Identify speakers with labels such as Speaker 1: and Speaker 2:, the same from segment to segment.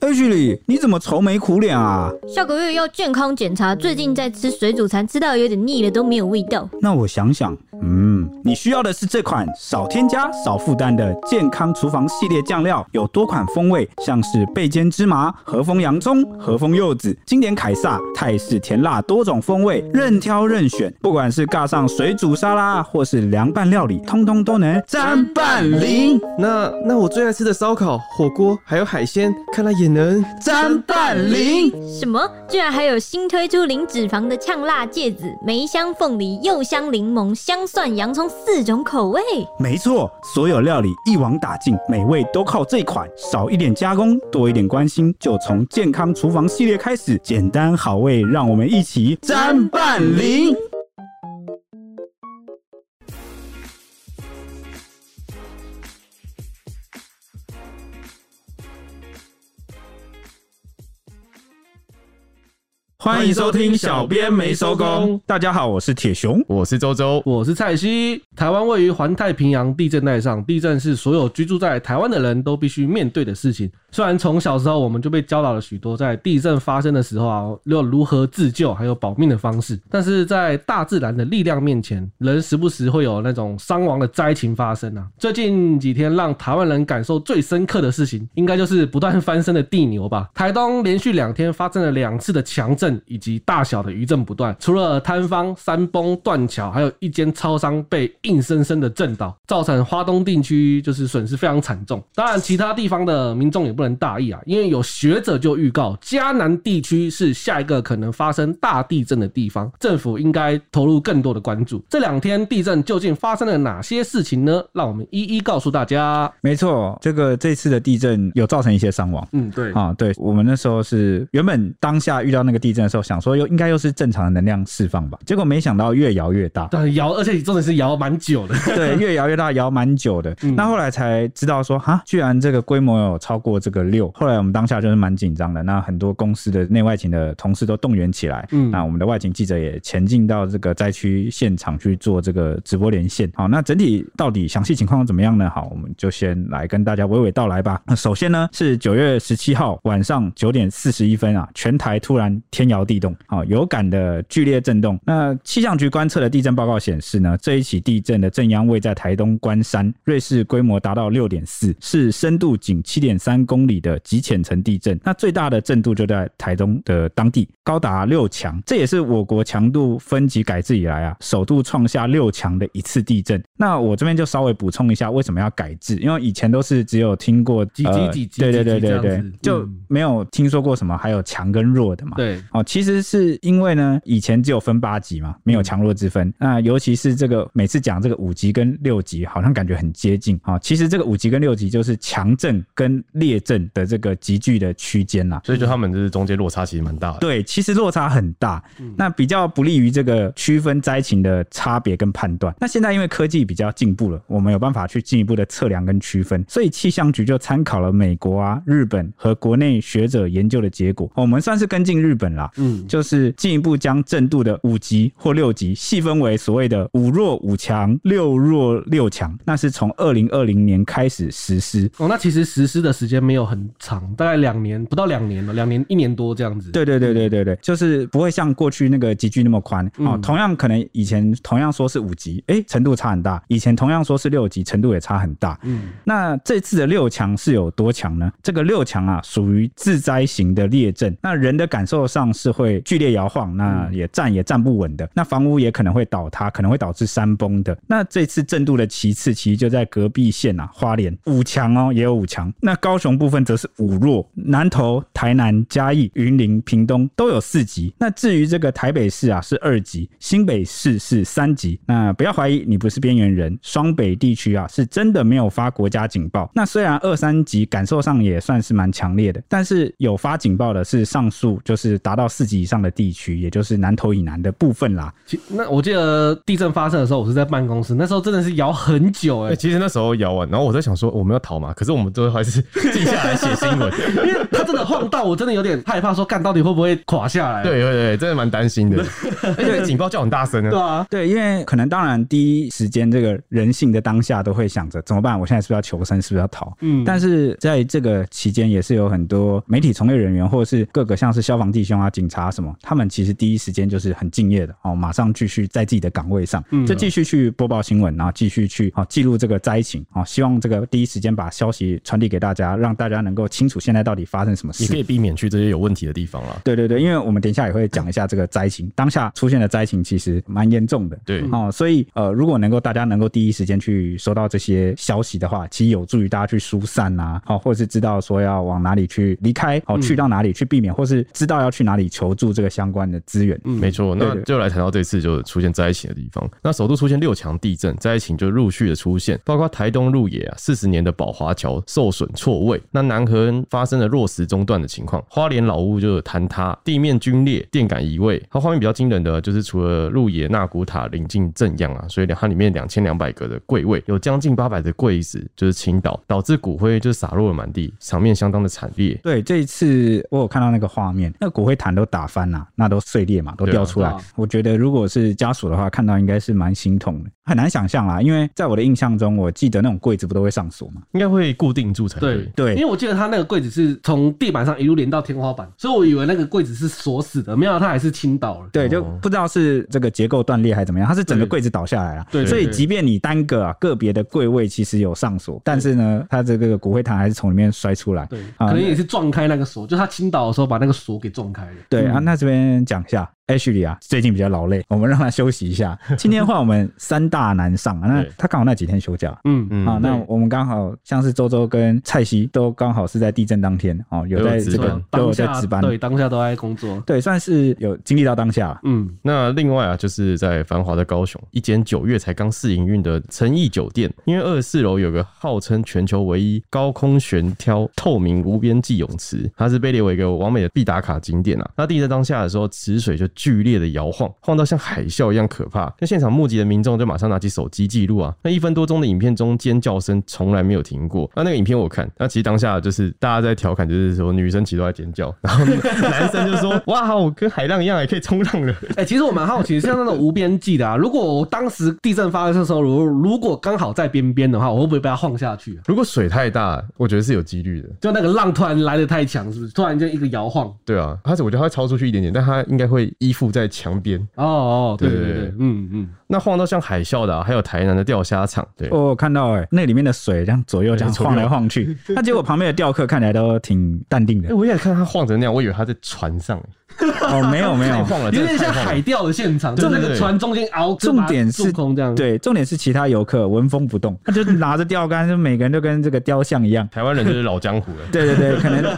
Speaker 1: H 里，哎你怎么愁眉苦脸啊？
Speaker 2: 下个月要健康检查，最近在吃水煮餐，吃到有点腻了，都没有味道。
Speaker 1: 那我想想，嗯，你需要的是这款少添加、少负担的健康厨房系列酱料，有多款风味，像是焙煎芝麻、和风洋葱、和风柚子、经典凯撒、泰式甜辣多种风味，任挑任选。不管是尬上水煮沙拉，或是凉拌料理，通通都能沾伴零，
Speaker 3: 那那我最爱吃的烧烤、火锅还有海鲜，看来也能。
Speaker 1: 沾伴零。
Speaker 2: 什么？居然还有新推出零脂肪的呛辣芥子，梅香凤梨、柚香柠檬、香蒜洋葱四种口味。
Speaker 1: 没错，所有料理一网打尽，美味都靠这款，少一点加工，多一点关心，就从健康厨房系列开始，简单好味，让我们一起沾伴零。欢迎收听《小编没收工》，大家好，我是铁熊。
Speaker 4: 我是周周，
Speaker 3: 我是蔡西。台湾位于环太平洋地震带上，地震是所有居住在台湾的人都必须面对的事情。虽然从小时候我们就被教导了许多在地震发生的时候啊，要如何自救，还有保命的方式，但是在大自然的力量面前，人时不时会有那种伤亡的灾情发生啊。最近几天让台湾人感受最深刻的事情，应该就是不断翻身的地牛吧。台东连续两天发生了两次的强震以及大小的余震不断，除了摊方、山崩、断桥，还有一间超商被硬生生的震倒，造成花东地区就是损失非常惨重。当然，其他地方的民众也不能大意啊，因为有学者就预告，迦南地区是下一个可能发生大地震的地方，政府应该投入更多的关注。这两天地震究竟发生了哪些事情呢？让我们一一告诉大家。
Speaker 1: 没错，这个这次的地震有造成一些伤亡。
Speaker 3: 嗯，对，
Speaker 1: 啊，对我们那时候是原本当下遇到那个地震的时候，想说又应该又是正常的能量释放吧，结果没想到越摇越大
Speaker 3: 但摇，而且真的是摇蛮久的。
Speaker 1: 对，越摇越大，摇蛮久的。
Speaker 3: 嗯
Speaker 1: 那后来才知道说，哈，居然这个规模有超过这个六。后来我们当下就是蛮紧张的，那很多公司的内外勤的同事都动员起来，
Speaker 3: 嗯
Speaker 1: 那我们的外勤记者也前进到这个灾区现场去做这个直播连线。好，那整体到底详细情况怎么样呢？好，我们就先来跟大家娓娓道来吧。那首先呢，是九月十七号晚上九点四十一分啊，全台突然天摇地动，啊，有感的剧烈震动。那气象局观测的地震报告显示呢，这一起地震的震央位在台东关山，瑞士规模达到六点四，是深度仅七点三公里的极浅层地震。那最大的震度就在台东的当地，高达六强，这也是我国强度分级改制以来啊，首度创下六强的一次地震。那我这边就稍微补充一下，为什么要改制？因为以前都是只有听过
Speaker 3: 几级
Speaker 1: 呃
Speaker 3: 几级
Speaker 1: 对对对
Speaker 3: 几级
Speaker 1: 对
Speaker 3: 这
Speaker 1: 对
Speaker 3: 样子，
Speaker 1: 就
Speaker 3: 嗯
Speaker 1: 没有听说过什么还有强跟弱的嘛。
Speaker 3: 对，
Speaker 1: 哦，其实是因为呢，以前只有分八级嘛，没有强弱之分。那尤其是这个每次讲这个五级跟六级，好像感觉很接近啊、哦。其实这个五级跟六级就是强震跟劣震的这个集聚的区间啦。
Speaker 4: 所以就他们就是中间落差其实蛮大的。
Speaker 1: 对，其实落差很大，那比较不利于这个区分灾情的差别跟判断。那现在因为科技比较进步了，我们有办法去进一步的测量跟区分，所以气象局就参考了美国啊、日本和国内学者研究的结果，我们算是跟进日本啦。
Speaker 3: 嗯，
Speaker 1: 就是进一步将震度的五级或六级细分为所谓的五弱五强、六弱六强，那是从二零二零年开始实施。
Speaker 3: 哦，那其实实施的时间没有很长，大概两年，不到两年了，两年一年多这样子。
Speaker 1: 对对对对对对，就是不会像过去那个集距那么宽哦。
Speaker 3: 嗯
Speaker 1: 同样可能以前同样说是五级，诶，程度差很大；以前同样说是六级，程度也差很大。
Speaker 3: 嗯，
Speaker 1: 那这次的六强是有多强呢？这个六强啊，属于自灾型的列阵，那人的感受上是会剧烈摇晃，
Speaker 3: 嗯
Speaker 1: 那也站也站不稳的，那房屋也可能会倒塌，可能会导致山崩的。那这次震度的其次，其实就在隔壁县啊，花莲五强哦，也有五强。那高雄部分则是五弱，南投、台南、嘉义、云林、屏东都有四级。那至于这个台北市啊是二级，新北市是三级。那不要怀疑你不是边缘人，双北地区啊是真的没有发国家警报。那虽然二三级感受上也算是蛮强烈的，但是有发警报的是上述就是达到四级以上的地区，也就是南投以南的部分啦。
Speaker 3: 其那我记得地震发生的时候，我是在办公室，那时候真的是摇很久哎、
Speaker 4: 哎、其实那时候摇完，然后我在想说我们要逃嘛，可是我们最后还是进下来写新闻。
Speaker 3: 因为它真的晃到我，真的有点害怕，说干到底会不会垮下来？
Speaker 4: 对对对，真的蛮担心的，而且警报叫很大声
Speaker 3: 对
Speaker 4: 啊。
Speaker 3: 啊，
Speaker 1: 对，因为可能当然第一时间这个人性的当下都会想着怎么办，我现在是不是要求生，是不是要逃？
Speaker 3: 嗯，
Speaker 1: 但是在这个期间，也是有很多媒体从业人员，或者是各个像是消防弟兄啊、警察什么，他们其实第一时间就是很敬业的哦，马上继续在自己的岗位上，
Speaker 3: 嗯
Speaker 1: 就继续去播报新闻，然后继续去哦记录这个灾情哦，希望这个第一时间把消息传递给大家，让大家能够清楚现在到底发生什么
Speaker 4: 你可
Speaker 1: 事。
Speaker 4: 以避免去这些有问题的地方啦。
Speaker 1: 对
Speaker 3: 嗯
Speaker 1: 对对，因为我们等一下也会讲一下这个灾情，当下出现的灾情其实蛮严重的，
Speaker 4: 对，
Speaker 1: 哦，所以呃，如果能够大家能够第一时间去收到这些消息的话，其实有助于大家去疏散啊，好、或者是知道说要往哪里去离开，好、
Speaker 3: 嗯
Speaker 1: 去到哪里去避免，或是知道要去哪里求助这个相关的资源。
Speaker 3: 嗯
Speaker 4: 没错，
Speaker 1: 对
Speaker 4: 那
Speaker 1: 对
Speaker 4: 就来谈到这次就出现灾情的地方。那首都出现六强地震，灾情就陆续的出现，包括台东鹿野啊四十年的宝华桥受损错位，那南河发生了落石中断的情况，花莲老屋就有坍塌，地面皲裂，电感移位。它画面比较惊人的就是除了鹿野纳古塔临近正央啊，所以它里面两千两百个的柜位，有将近八百的柜子就是倾倒，导致骨灰就洒落了满地，场面相当的惨烈。
Speaker 1: 对，这一次我有看到那个画面，那个骨灰坛都打翻啦、那都碎裂嘛，都掉出来。
Speaker 3: 对啊
Speaker 1: 我觉得如果是家属的话，看到应该是蛮心痛的，很难想象啦。啊因为在我的印象中，我记得那种柜子不都会上锁嘛？
Speaker 4: 应该会固定住才
Speaker 3: 对
Speaker 1: 对
Speaker 4: 对。
Speaker 3: 因为我记得它那个柜子是从地板上一路连到天花板，所以我以为那个柜子是锁死的，没想到它还是倾倒了。
Speaker 1: 对，就不知道是这个结构断裂还是怎么样，它是整个
Speaker 3: 对
Speaker 1: 柜子倒下来了。
Speaker 3: 对对
Speaker 1: 所以
Speaker 3: 对
Speaker 1: 即便你单个啊个别的柜位其实有上锁，但是呢，它这个骨灰坛还是从里面摔出来。
Speaker 3: 对，
Speaker 1: 啊
Speaker 3: 可能也是撞开那个锁，就它倾倒的时候把那个锁给撞开了。
Speaker 1: 对啊，那这边讲一下，Ashley 啊，最近比较劳累，我们让他休息一下。今天换我们三大男上啊，那
Speaker 4: 对
Speaker 1: 他刚好那几天休假。
Speaker 3: 嗯
Speaker 4: 嗯
Speaker 1: 啊，那我们刚好像是周周跟蔡西都刚好是在地震当天哦，有
Speaker 4: 都有
Speaker 1: 在
Speaker 4: 值
Speaker 1: 这个
Speaker 4: 班
Speaker 1: 都有
Speaker 3: 啊当
Speaker 1: 在
Speaker 3: 下
Speaker 1: 值班，
Speaker 3: 对当下都在工作。
Speaker 1: 对，算是有经历到当下啦。
Speaker 3: 嗯，
Speaker 4: 那另外啊，就是在繁华的高雄，一间九月才刚试营运的诚毅酒店，因为二十四楼有个号称全球唯一高空悬挑透明无边际泳池，它是被列为一个完美的必打卡景点啊。那地震当下的时候，池水就剧烈的摇晃，晃到像海啸一样可怕。那现场目击的民众就马上拿起手机记录啊。那一分多钟的影片中，尖叫声从来没有停过。那那个影片我看，那其实当下就是大家在调侃，就是说女生其实都在尖叫，然后 男生就说：“哇，我跟海浪一样，也可以冲浪了。”
Speaker 3: 哎、其实我蛮好奇，像那种无边际的啊，如果我当时地震发生的时候，如如果刚好在边边的话，我会不会被它晃下去、啊？
Speaker 4: 如果水太大，我觉得是有几率的。
Speaker 3: 就那个浪突然来的太强，是不是？突然间一个摇晃。
Speaker 4: 对啊，而且我觉得它会超出去一点点，但它应该会依附在墙边。
Speaker 3: 哦哦，对对对
Speaker 4: 对对
Speaker 3: 对，嗯嗯，
Speaker 4: 那晃到像海啸的、啊，还有台南的钓虾场，对，
Speaker 1: 我有看到哎、那里面的水这样左右这样
Speaker 4: 对左右
Speaker 1: 晃来晃 去，那结果旁边的钓客看起来都挺淡定
Speaker 4: 哎、
Speaker 1: 的。
Speaker 4: 我一开始看它晃成那样，我以为它在船上、哎
Speaker 1: 哦，没有没
Speaker 4: 太
Speaker 1: 有，
Speaker 4: 晃了，
Speaker 3: 有点
Speaker 4: 真的
Speaker 3: 像
Speaker 4: 太晃了
Speaker 3: 海。钓的现场，就
Speaker 4: 对
Speaker 3: 那
Speaker 4: 对
Speaker 3: 个
Speaker 4: 对
Speaker 3: 船中间凹，就
Speaker 1: 重
Speaker 3: 把它
Speaker 1: 点
Speaker 3: 蛀
Speaker 1: 是
Speaker 3: 空这 样。
Speaker 1: 对，重点是其他游客纹风不动，他就拿着钓竿，就每个人都跟这个雕像一样。
Speaker 4: 台湾人就是老江湖了，
Speaker 1: 对对对， 可能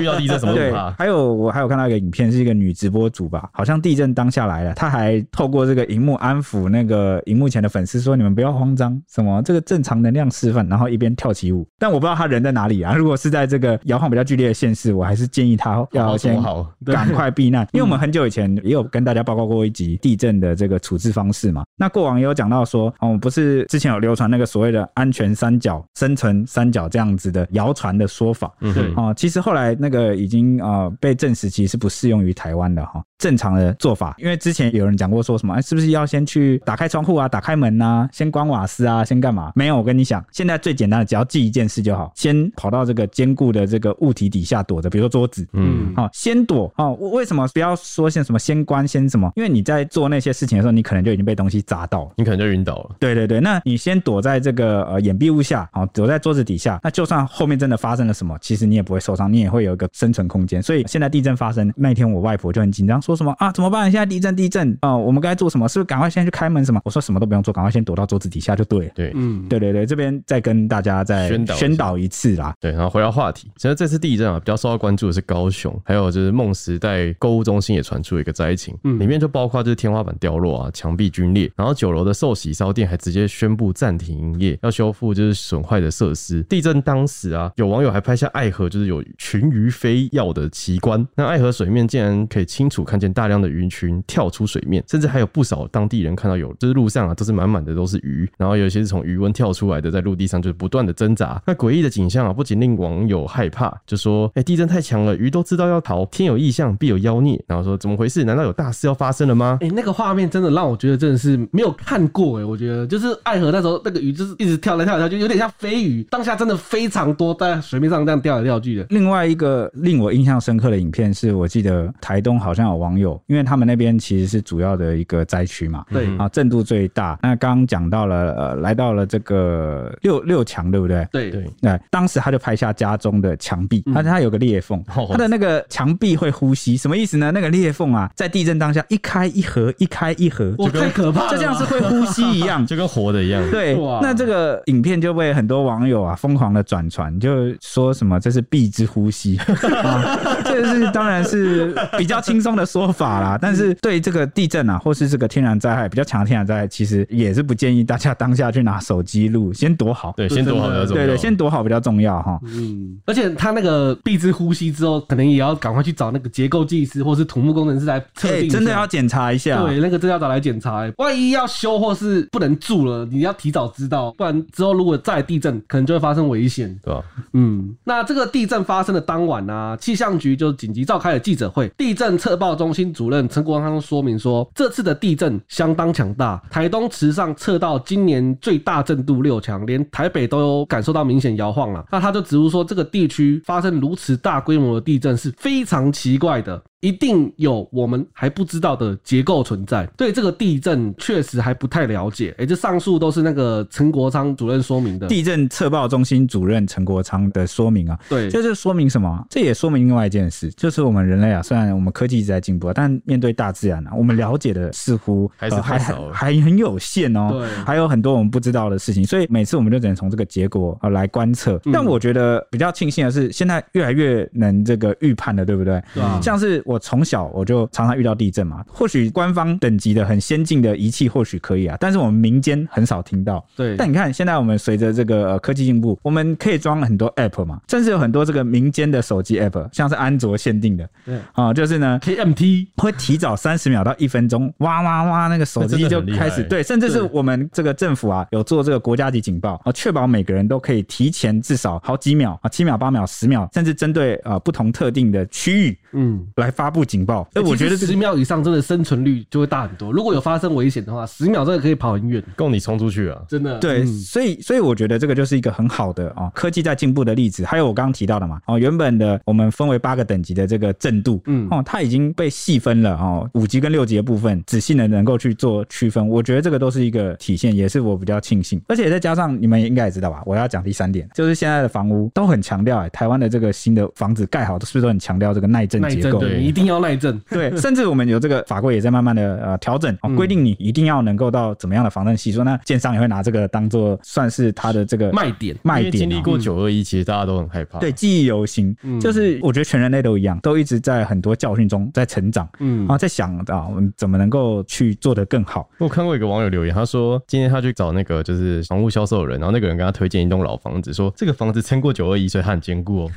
Speaker 4: 遇到地震什么都
Speaker 1: 对
Speaker 4: 不怕。。
Speaker 1: 还有我还有看到一个影片，是一个女直播主吧，好像地震当下来了，她还透过这个荧幕安抚那个荧幕前的粉丝，说你们不要慌张，什么这个正常能量示范，然后一边跳起舞。但我不知道她人在哪里啊。如果是在这个摇晃比较剧烈的县市，我还是建议她
Speaker 4: 好
Speaker 1: 要
Speaker 4: 好
Speaker 1: 先
Speaker 4: 躲好，
Speaker 1: 赶快避难，因为我们很久以前也有跟大家报告过一集地震的这个处置方式嘛。那过往也有讲到说，哦，不是之前有流传那个所谓的安全三角、生存三角这样子的谣传的说法。
Speaker 4: 嗯哼，
Speaker 1: 哦，其实后来那个已经呃被证实，其实是不适用于台湾的哈、正常的做法，因为之前有人讲过说什么，哎，是不是要先去打开窗户啊，打开门呐、先关瓦斯啊，先干嘛？没有，我跟你讲，现在最简单的，只要记一件事就好，先跑到这个坚固的这个物体底下躲着，比如说桌子，
Speaker 4: 嗯，
Speaker 1: 哦，先躲哦。为为什么不要说先什么先关先什么？因为你在做那些事情的时候，你可能就已经被东西砸到了。
Speaker 4: 你可能就晕倒了。
Speaker 1: 对对对，那你先躲在这个呃掩蔽物下，好、躲在桌子底下。那就算后面真的发生了什么，其实你也不会受伤，你也会有一个生存空间。所以现在地震发生那一天，我外婆就很紧张，说什么啊怎么办？现在地震地震啊、哦我们该做什么？是不是赶快先去开门什么？我说什么都不用做，赶快先躲到桌子底下就对了。
Speaker 4: 对，
Speaker 3: 嗯，
Speaker 1: 对对对，这边再跟大家再
Speaker 4: 宣导一下
Speaker 1: 宣导一次啦。
Speaker 4: 对，然后回到话题，其实这次地震啊，比较受到关注的是高雄，还有就是梦时代购物中心也传出一个灾情，
Speaker 3: 嗯
Speaker 4: 里面就包括就是天花板掉落啊、墙壁皲裂，然后九楼的寿喜烧店还直接宣布暂停营业，要修复就是损坏的设施。地震当时啊，有网友还拍下爱河就是有群鱼飞跃的奇观，那爱河水面竟然可以清楚看见大量的鱼群跳出水面，甚至还有不少当地人看到有就是路上啊都是满满的都是鱼，然后有一些是从鱼温跳出来的，在陆地上就是不断的挣扎。那诡异的景象啊，不仅令网友害怕，就说：“哎、地震太强了，鱼都知道要逃，天有异象必有妖孽。”然后说：“怎么回事？难道有大事要发生了吗？”
Speaker 3: 哎、那个画面真的让我觉得真的是没有看过哎、我觉得就是爱河那时候那个鱼就是一直跳来跳来跳去，有点像飞鱼，当下真的非常多在水面上这样跳来跳去的。
Speaker 1: 另外一个令我印象深刻的影片是，我记得台东好像有网友，因为他们那边其实是主要的一个灾区嘛，
Speaker 3: 对，
Speaker 1: 啊，震度最大。那刚刚讲到了，呃，来到了这个六六强，对不对？
Speaker 3: 对
Speaker 4: 对，
Speaker 1: 对，当时他就拍下家中的墙壁，而且它有个裂缝，
Speaker 4: 哦
Speaker 1: 它的那个墙壁会呼吸，什么意思呢？那个裂缝啊，在地震当下一开一合，一开一合，
Speaker 3: 哇，太可怕了吧，
Speaker 1: 就像是会呼吸一样。
Speaker 4: 就跟活的 一样。
Speaker 1: 对
Speaker 3: 哇，
Speaker 1: 那这个影片就被很多网友啊疯狂的转传，就说什么这是壁之呼 吸，啊、这是当然是比较轻松的说法
Speaker 3: 嗯
Speaker 1: 啦。但是对这个地震啊，或是这个天然灾害比较强的天然灾害，其实也是不建议大家当下去拿手机录，先躲好。
Speaker 4: 对，先躲好比较重要。
Speaker 1: 对对，先躲好比较重要哈。
Speaker 3: 嗯，而且他那个闭之呼吸之后，可能也要赶快去找那个结构技师或是土木工程师来测定
Speaker 1: 哎，
Speaker 3: 一下、
Speaker 1: 真的要检查一下。
Speaker 3: 对，那个真的要找来检查、欸，万一要修或是不能住了，你要提早知道，不然之后如果再地震，可能就会发生危险。
Speaker 4: 对吧？
Speaker 3: 嗯，那这个地震发生的当晚啊，气象局就紧急召开了记者会。地震测报中心主任陈国康说明说，这次的地震相当强大，台东池上测到今年最大震度六强，连台北都有感受到明显摇晃了。那他就指出说，这个地区发生如此大规模的地震是非常奇怪的。一定有我们还不知道的结构存在，对这个地震确实还不太了解。哎，这上述都是那个陈国昌主任说明的。
Speaker 1: 地震测报中心主任陈国昌的说明啊，
Speaker 3: 对，
Speaker 1: 这就说明什么啊？这也说明另外一件事，就是我们人类啊，虽然我们科技一直在进步啊，但面对大自然啊，我们了解的似乎呃
Speaker 4: 还是
Speaker 1: 还
Speaker 4: 太少了
Speaker 1: 还很有限哦
Speaker 3: 对。
Speaker 1: 还有很多我们不知道的事情，所以每次我们就只能从这个结果呃来观测。
Speaker 4: 嗯
Speaker 1: 但我觉得比较庆幸的是，现在越来越能这个预判了，对不对？
Speaker 3: 对啊
Speaker 1: 像是我从小我就常常遇到地震嘛，或许官方等级的很先进的仪器或许可以啊，但是我们民间很少听到。
Speaker 3: 对，
Speaker 1: 但你看，现在我们随着这个、呃科技进步，我们可以装很多 app 嘛，甚至有很多这个民间的手机 app，像是安卓限定的
Speaker 3: 对
Speaker 1: 啊、就是呢。
Speaker 3: KMT
Speaker 1: 会提早三十秒到一分钟，哇哇哇，那个手机
Speaker 4: 那真的
Speaker 1: 就
Speaker 4: 很厉害
Speaker 1: 开始对，甚至是
Speaker 3: 对
Speaker 1: 我们这个政府啊，有做这个国家级警报啊，确保每个人都可以提前至少好几秒啊，七秒、八秒、十秒，甚至针对呃不同特定的区域
Speaker 3: 嗯，
Speaker 1: 来发布警报。哎、
Speaker 3: 欸
Speaker 1: 我觉得这
Speaker 3: 其实
Speaker 1: 个
Speaker 3: 十秒以上真的生存率就会大很多。如果有发生危险的话，十秒真的可以跑很远，
Speaker 4: 够你冲出去啊！
Speaker 3: 真的。
Speaker 1: 对，
Speaker 3: 嗯
Speaker 1: 所以所以我觉得这个就是一个很好的哦，科技在进步的例子。还有我刚刚提到的嘛，哦，原本的我们分为八个等级的这个震度，
Speaker 3: 嗯
Speaker 1: 哦，它已经被细分了哦，五级跟六级的部分，仔细的能够去做区分。我觉得这个都是一个体现，也是我比较庆幸。而且再加上你们也应该也知道吧，我要讲第三点，就是现在的房屋都很强调，哎，台湾的这个新的房子盖好，是不是都很强调这个耐震
Speaker 3: 嗯耐
Speaker 1: 结
Speaker 3: 震
Speaker 1: 构？
Speaker 3: 对，你一定要耐震。
Speaker 1: 对，甚至我们有这个法规也在慢慢的呃调整，哦
Speaker 3: 嗯
Speaker 1: 规定你一定要能够到怎么样的防震系数，那建商也会拿这个当做算是它的这个
Speaker 3: 卖点
Speaker 1: 卖
Speaker 4: 因为
Speaker 1: 点
Speaker 4: 经历
Speaker 1: 哦
Speaker 4: 过啊九二一，其实大家都很害怕。
Speaker 1: 对，记忆犹新，
Speaker 3: 嗯
Speaker 1: 就是我觉得全人类都一样，都一直在很多教训中在成长，
Speaker 3: 嗯
Speaker 1: 然后在想啊，我们怎么能够去做得更好？
Speaker 4: 我看过一个网友留言，他说今天他去找那个就是房屋销售人，然后那个人跟他推荐一栋老房子，说这个房子撑过九二一，所以它很坚 固哦。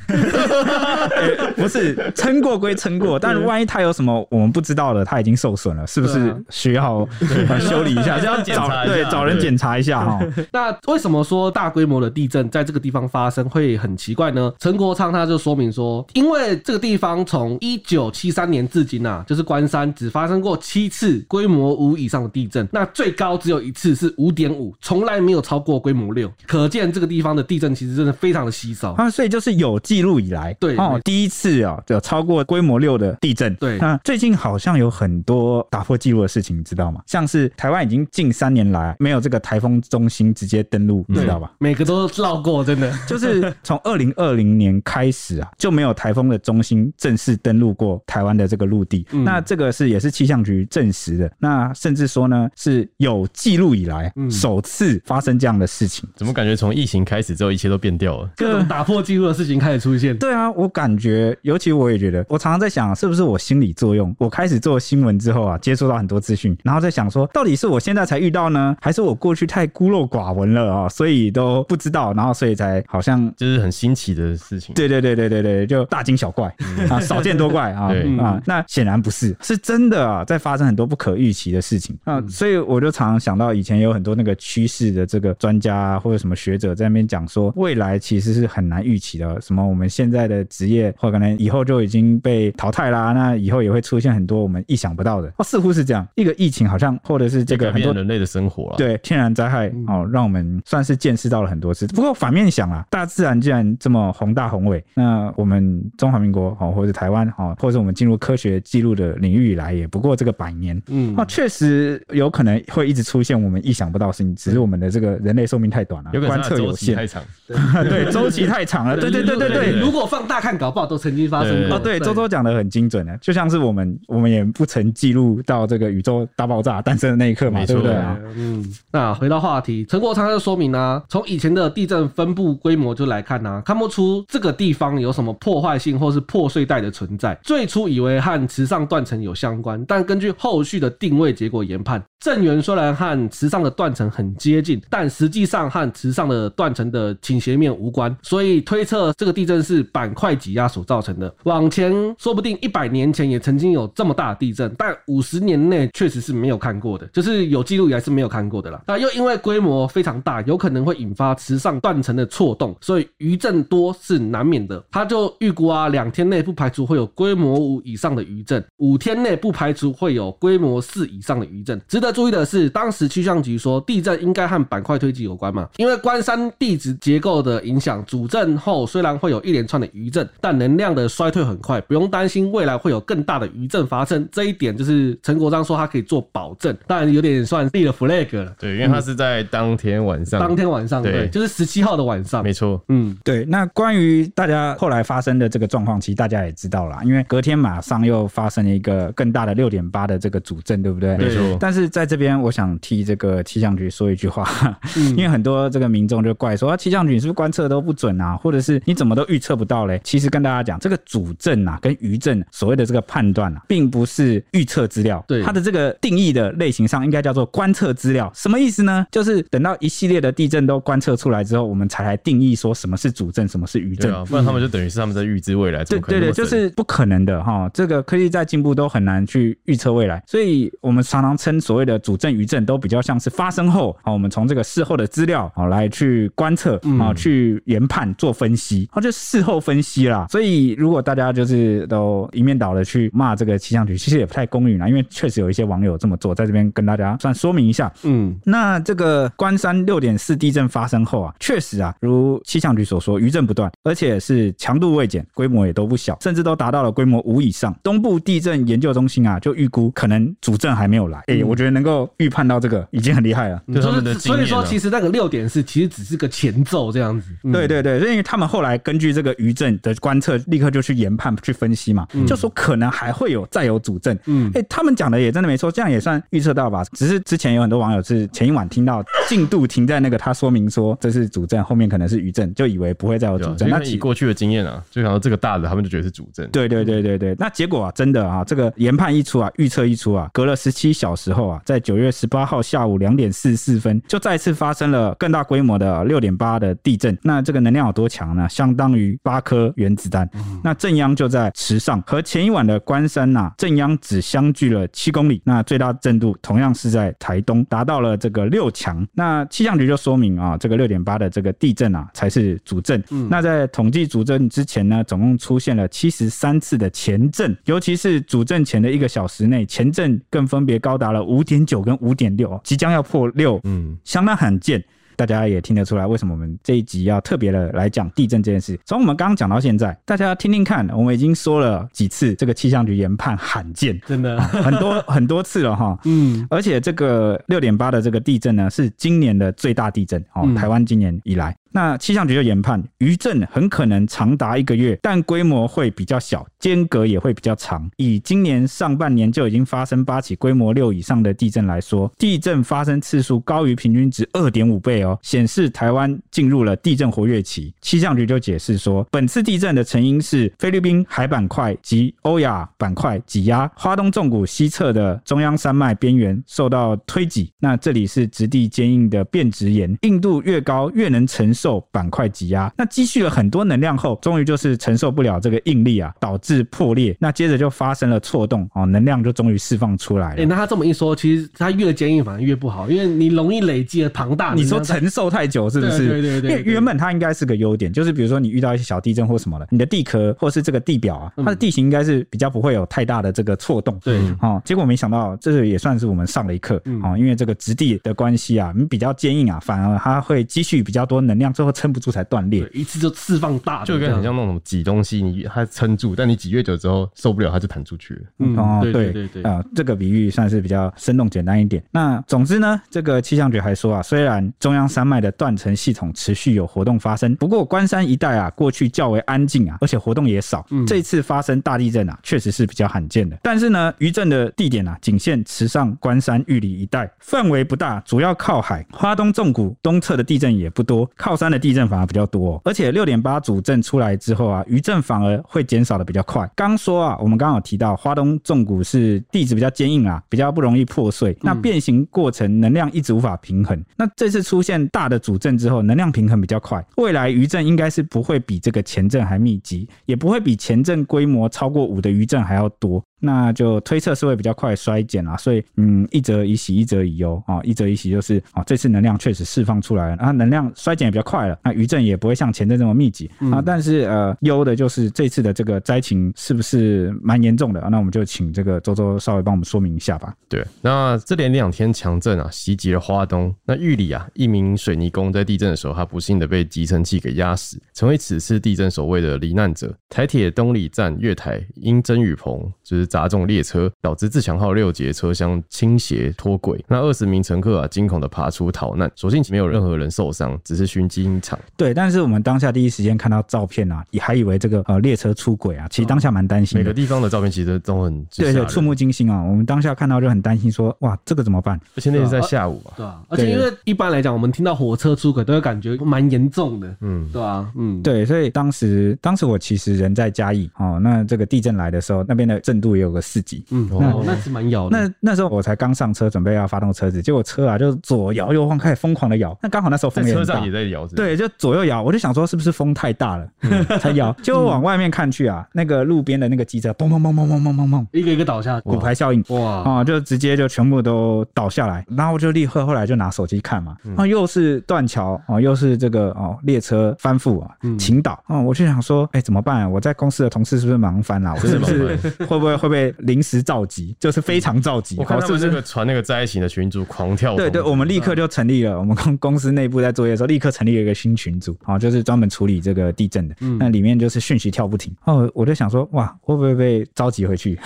Speaker 1: 不是撑过归撑过，但万一它有什么我们不知道的，它已经受损了，是不
Speaker 3: 对
Speaker 1: 是
Speaker 3: 啊
Speaker 1: 需要呃修理一下？
Speaker 4: 还是要检查
Speaker 1: 找
Speaker 4: 一下
Speaker 1: 对找人
Speaker 4: 对
Speaker 1: 检查一下哈。
Speaker 3: 那为什么说大规模的地震在这个地方发生会很奇怪呢？陈国昌他就说明说，因为这个地方从一九七三年至今啊，就是关山只发生过七次规模五以上的地震，那最高只有一次是五点五，从来没有超过规模六，可见这个地方的地震其实真的非常的稀少。
Speaker 1: 啊，所以就是有记录以来，
Speaker 3: 哦对
Speaker 1: 哦
Speaker 3: 没，
Speaker 1: 第一次哦，有超过规模六的地震，
Speaker 3: 对
Speaker 1: 那最近好像有很多打破记录的事情，你知道吗？像是台湾已经近三年来没有这个台风中心直接登陆，你
Speaker 3: 对
Speaker 1: 知道吧？？
Speaker 3: 每个都绕过，真的。
Speaker 1: 就是从二零二零年开始啊，就没有台风的中心正式登陆过台湾的这个陆地。
Speaker 3: 嗯
Speaker 1: 那这个是也是气象局证实的。那甚至说呢，是有记录以来、
Speaker 3: 嗯
Speaker 1: 首次发生这样的事情。
Speaker 4: 怎么感觉从疫情开始之后，一切都变掉了？
Speaker 3: 各种打破记录的事情开始出现。
Speaker 1: 对啊，我感觉，尤其我也觉得，我常常在想，是不是我心理作用？我开始做新闻之后啊，接触到很多资讯，然后在想说，到底是我现在才遇到呢，还是我过去太孤陋寡闻了啊、所以都不知道，然后所以才好像。
Speaker 4: 就是很新奇的事情。嗯
Speaker 1: 对对对对对对，就大惊小怪、啊，少见多怪啊
Speaker 4: 对
Speaker 1: 啊！那显然不是，是真的啊，在发生很多不可预期的事情啊，
Speaker 4: 嗯
Speaker 1: 所以我就常常想到以前有很多那个趋势的这个专家啊或者什么学者在那边讲说，未来其实是很难预期的，什么我们现在的职业或可能以后就已经被淘汰啦，那以后也会出现很多我们意想不到的，哦，似乎是这样，一个疫情好像或者是这
Speaker 4: 这
Speaker 1: 个
Speaker 4: 个
Speaker 1: 很
Speaker 4: 改
Speaker 1: 多
Speaker 4: 变人类的生活了。，
Speaker 1: 对天然灾害
Speaker 4: 嗯
Speaker 1: 哦，让我们算是见识到了很多次。不过反面想啊，大自然既然这么宏大宏伟，那我们中华民国哦，或者台湾哦，或者我们进入科学记录的领域以来，也不过这个百年。
Speaker 3: 嗯
Speaker 1: 那、，确实有可能会一直出现我们意想不到的事情，只是我们的这个人类寿命太短了、
Speaker 4: 有可
Speaker 1: 观
Speaker 4: 能它
Speaker 1: 测
Speaker 4: 的周
Speaker 1: 有
Speaker 4: 期
Speaker 1: 限，
Speaker 4: 太长，
Speaker 1: 对周期太 长了，对对对对对，
Speaker 3: 如果放大看，搞不好都曾经发生过。
Speaker 1: 哦，对，周周讲的很精准的，啊就像是我们我们也不曾记录到这个宇宙大爆炸诞生的那一刻嘛，
Speaker 4: 没
Speaker 1: 对不
Speaker 4: 错
Speaker 1: 对啊？
Speaker 3: 嗯，那回到话题，陈国昌就说明啊，从以前的地震分布规模就来看啊，看不出这个地方有什么破坏性或是破碎带的存在。最初以为和池上断层有相关，但根据后续的定位结果研判，震源虽然和池上的断层很接近，但实际上和池上的断层的倾斜面无关，所以推测这个地震是板块挤压所造成的。往前说不定一百年前也曾经有这么大的地震，但五十年内确实是没有看过的，就是有记录以来是没有看过的啦。那又因为规模非常大，有可能会引发池上断层的错动，所以余震多是难免的。他就预估啊，两天内不排除会有规模五以上的余震，五天内不排除会有规模四以上的余震。值得注意的是，当时气象局说地震应该和板块推挤有关嘛，因为关山地质结构的影响，主震后虽然会有一连串的余震，但能量的衰退很快，不用担心未来会有更大的余震发生。这一点就是陈国章说他可以做保证，当然有点算立了 flag 了。
Speaker 4: 对，因为它是在当天晚上，
Speaker 3: 当天晚上，
Speaker 4: 对
Speaker 3: 对，就是十七号的晚上
Speaker 4: 没，错，
Speaker 3: 嗯，
Speaker 1: 对，那关于大家后来发生的这个状况，其实大家也知道啦，因为隔天马上又发生了一个更大的六点八的这个主震，对不对？
Speaker 4: 没错，
Speaker 1: 但是在这边，我想替这个气象局说一句话，
Speaker 4: 嗯
Speaker 1: 因为很多这个民众就怪说，啊，气象局你是不是观测都不准啊，或者是你怎么都预测不到嘞？其实跟大家讲，这个主震啊，跟余震所谓的这个判断啊，并不是预测资料，
Speaker 3: 对
Speaker 1: 它的这个定义的类型上应该叫做观测资料。什么意思呢？就是等到一系列的地震都观测出来之后，我们才来定义说什么是主震，什么是余
Speaker 4: 对
Speaker 1: 震。
Speaker 4: 啊，不然他们就等于是他们在预知未来，怎
Speaker 1: 嗯对
Speaker 4: 么可能
Speaker 1: 对对，
Speaker 4: 那么
Speaker 1: 就
Speaker 4: 准
Speaker 1: 是不可能的哈。这个科技在进步，都很难去预测未来，所以我们常常称所谓的主症、余症都比较像是发生后，好，我们从这个事后的资料好来去观测
Speaker 4: 嗯
Speaker 1: 啊，去研判、做分析，啊，就事后分析啦。所以如果大家就是都一面倒的去骂这个气象局，其实也不太公允啦，因为确实有一些网友这么做，在这边跟大家算说明一下。
Speaker 3: 嗯，
Speaker 1: 那这个关山六点四地震发生后啊，确实啊，如气象局所说，余震不断，而且是强度未减，规模也都不小，甚至都达到了规模五以上。东部地震研究中心啊，就预估可能主震还没有来。诶、我觉得能够预判到这个已经很厉害了。
Speaker 4: 就是他们的经
Speaker 3: 嗯所以
Speaker 4: 验
Speaker 3: 说
Speaker 4: 啊
Speaker 3: 其实那个六点是其实只是个前奏这样子，嗯
Speaker 1: 对对对，所以他们后来根据这个余震的观测，立刻就去研判、去分析嘛，就说可能还会有再有主震。
Speaker 3: 嗯
Speaker 1: 嗯，哎，他们讲的也真的没错，这样也算预测到吧？只是之前有很多网友是前一晚听到进度停在那个，他说明说这是主震，后面可能是余震，就以为不会再有
Speaker 4: 对
Speaker 1: 主
Speaker 4: 啊，
Speaker 1: 震。
Speaker 4: 因
Speaker 1: 那
Speaker 4: 为
Speaker 1: 其
Speaker 4: 以过去的经验啊，就想到这个大的，他们就觉得是主政，
Speaker 1: 对对对对对，那结果啊，真的啊，这个研判一出啊，预测一出啊，隔了十七小时后啊，在九月十八号下午两点四十四分，就再次发生了更大规模的六点八的地震。那这个能量有多强呢？相当于八颗原子弹。那震央就在池上，和前一晚的关山呐、震央只相距了七公里。那最大震度同样是在台东，达到了这个六强。那气象局就说明啊，这个六点八的这个地震啊，才是主震。那在统计主震之前呢，总共出现了七十三次的前震，尤其是主震前的一个小时内，前震更分别高达了五点九跟五点六，即将要破六，
Speaker 4: 嗯，
Speaker 1: 相当罕见。大家也听得出来，为什么我们这一集要特别的来讲地震这件事？从我们刚刚讲到现在，大家听听看，我们已经说了几次这个气象局研判罕见，
Speaker 3: 真的，
Speaker 1: 很多很多次了哈。
Speaker 3: 嗯
Speaker 1: 而且这个六点八的这个地震呢，是今年的最大地震哦，
Speaker 3: 嗯
Speaker 1: 台湾今年以来。那气象局就研判，余震很可能长达一个月，但规模会比较小，间隔也会比较长。以今年上半年就已经发生八起规模六以上的地震来说，地震发生次数高于平均值二点五倍哦，显示台湾进入了地震活跃期。气象局就解释说，本次地震的成因是菲律宾海板块及欧亚板块挤压花东纵谷西侧的中央山脉边缘受到推挤，那这里是质地坚硬的变质岩，硬度越高越能承受板块挤压。那积蓄了很多能量后，终于就是承受不了这个应力啊，导致破裂。那接着就发生了错动哦，能量就终于释放出来
Speaker 3: 哎、
Speaker 1: 了。
Speaker 3: 那他这么一说，其实他越坚硬反而越不好，因为你容易累积了庞大的
Speaker 1: 你
Speaker 3: 能量在。
Speaker 1: 说承受太久是不是？
Speaker 3: 对对对对
Speaker 1: 因为原本它应该是个优点，就是比如说你遇到一些小地震或什么的，你的地壳或是这个地表啊，它的地形应该是比较不会有太大的这个错动。
Speaker 3: 嗯对
Speaker 1: 哦，结果没想到，这个也算是我们上了一课
Speaker 3: 嗯
Speaker 1: 哦，因为这个质地的关系啊，你比较坚硬啊，反而它会积蓄比较多能量，最后撑不住才断裂
Speaker 3: 对。一次就释放大的这
Speaker 4: 就
Speaker 3: 样，
Speaker 4: 有点很像那种挤东西，你它撑住，但你挤越久之后受不了，它就弹出去了。
Speaker 3: 嗯，
Speaker 1: 哦，
Speaker 3: 对
Speaker 1: 对
Speaker 3: 对对对，
Speaker 1: 啊、这个比喻算是比较生动简单一点。那总之呢，这个气象局还说啊，虽然中央山脉的断层系统持续有活动发生，不过关山一带啊，过去较为安静啊，而且活动也少。
Speaker 3: 嗯
Speaker 1: 这一次发生大地震啊，确实是比较罕见的。但是呢，余震的地点啊，仅限池上、关山、玉里一带，范围不大，主要靠海。花东纵谷东侧的地震也不多，靠山的地震反而比较多哦、而且六点八主震出来之后啊，余震反而会减少的比较快。刚说啊，我们刚好提到花东纵谷是地质比较坚硬啊，比较不容易破碎，那变形过程能量一直无法平衡。那这次出现大的主震之后，能量平衡比较快，未来余震应该是不会比这个前震还密集，也不会比前震规模超过五的余震还要多。那就推测是会比较快衰减啦，所以嗯，一则以喜，一则以忧啊、哦一则以喜就是啊、哦这次能量确实释放出来了，啊，能量衰减也比较快了，那余震也不会像前阵这么密集、
Speaker 4: 嗯
Speaker 1: 啊。但是呃，忧的就是这次的这个灾情是不是蛮严重的？啊那我们就请这个周周稍微帮我们说明一下吧。
Speaker 4: 对，那这连两天强震啊，袭击了花东。那玉里啊，一名水泥工在地震的时候，他不幸的被集成器给压死，成为此次地震所谓的罹难者。台铁东里站月台因真雨棚就是砸中列车，导致自强号六节车厢倾斜脱轨，那二十名乘客啊惊恐的爬出逃难，所幸没有任何人受伤，只是熏经场。
Speaker 1: 对，但是我们当下第一时间看到照片啊，也还以为这个呃列车出轨啊，其实当下蛮担心
Speaker 4: 每
Speaker 1: 的
Speaker 4: 个。地方的照片其实都很
Speaker 1: 对对，触
Speaker 4: 触目，
Speaker 1: 目惊心啊！我们当下看到就很担心说哇，这个怎么办？
Speaker 4: 而且那是在下午啊，
Speaker 3: 对啊，而且因为一般来讲，我们听到火车出轨都会感觉蛮严重的，
Speaker 1: 呃
Speaker 4: 嗯，
Speaker 3: 对啊，嗯，
Speaker 1: 对，所以当时当时我其实人在嘉义哦，那这个地震来的时候，那边的震度也有个四级。
Speaker 3: 嗯，
Speaker 4: 那
Speaker 3: 哦，那是蛮咬的，
Speaker 1: 那那时候我才刚上车，准备要发动车子，结果车啊就左摇右晃，开始疯狂的摇。那刚好那时候
Speaker 4: 在
Speaker 1: 风也
Speaker 4: 车
Speaker 1: 很大
Speaker 4: 上也，在聊着，
Speaker 1: 对，就左右摇，我就想说是不是风太大了、
Speaker 4: 嗯
Speaker 1: 才摇，结果往外面看去啊，那个路边的那个机车砰砰砰砰砰砰砰砰，
Speaker 3: 一个一个倒下，
Speaker 1: 骨牌效应。
Speaker 3: 哇，
Speaker 1: 啊、就直接就全部都倒下来，然后就立刻后来就拿手机看嘛，
Speaker 4: 嗯
Speaker 1: 然后又是断桥啊、哦又是这个哦列车翻覆啊，
Speaker 4: 嗯
Speaker 1: 倾倒啊、哦我就想说，哎、怎么办、我在公司的同事是不是忙翻啊了、我是不
Speaker 4: 真的
Speaker 1: 是
Speaker 4: 忙
Speaker 1: 会不会会不会临时召集，就是非常召集，
Speaker 4: 我看
Speaker 1: 哦
Speaker 4: 他
Speaker 1: 是不
Speaker 4: 们这
Speaker 1: 是
Speaker 4: 个传那个灾情的群主狂跳
Speaker 1: 对对，
Speaker 4: 通知
Speaker 1: 我们立刻就成立了，我们公公司内部在作业的时候，立刻成立了一个新群组，啊、就是专门处理这个地震的。
Speaker 4: 嗯
Speaker 1: 那里面就是讯息跳不停，哦，我就想说，哇，会不会被召集回去？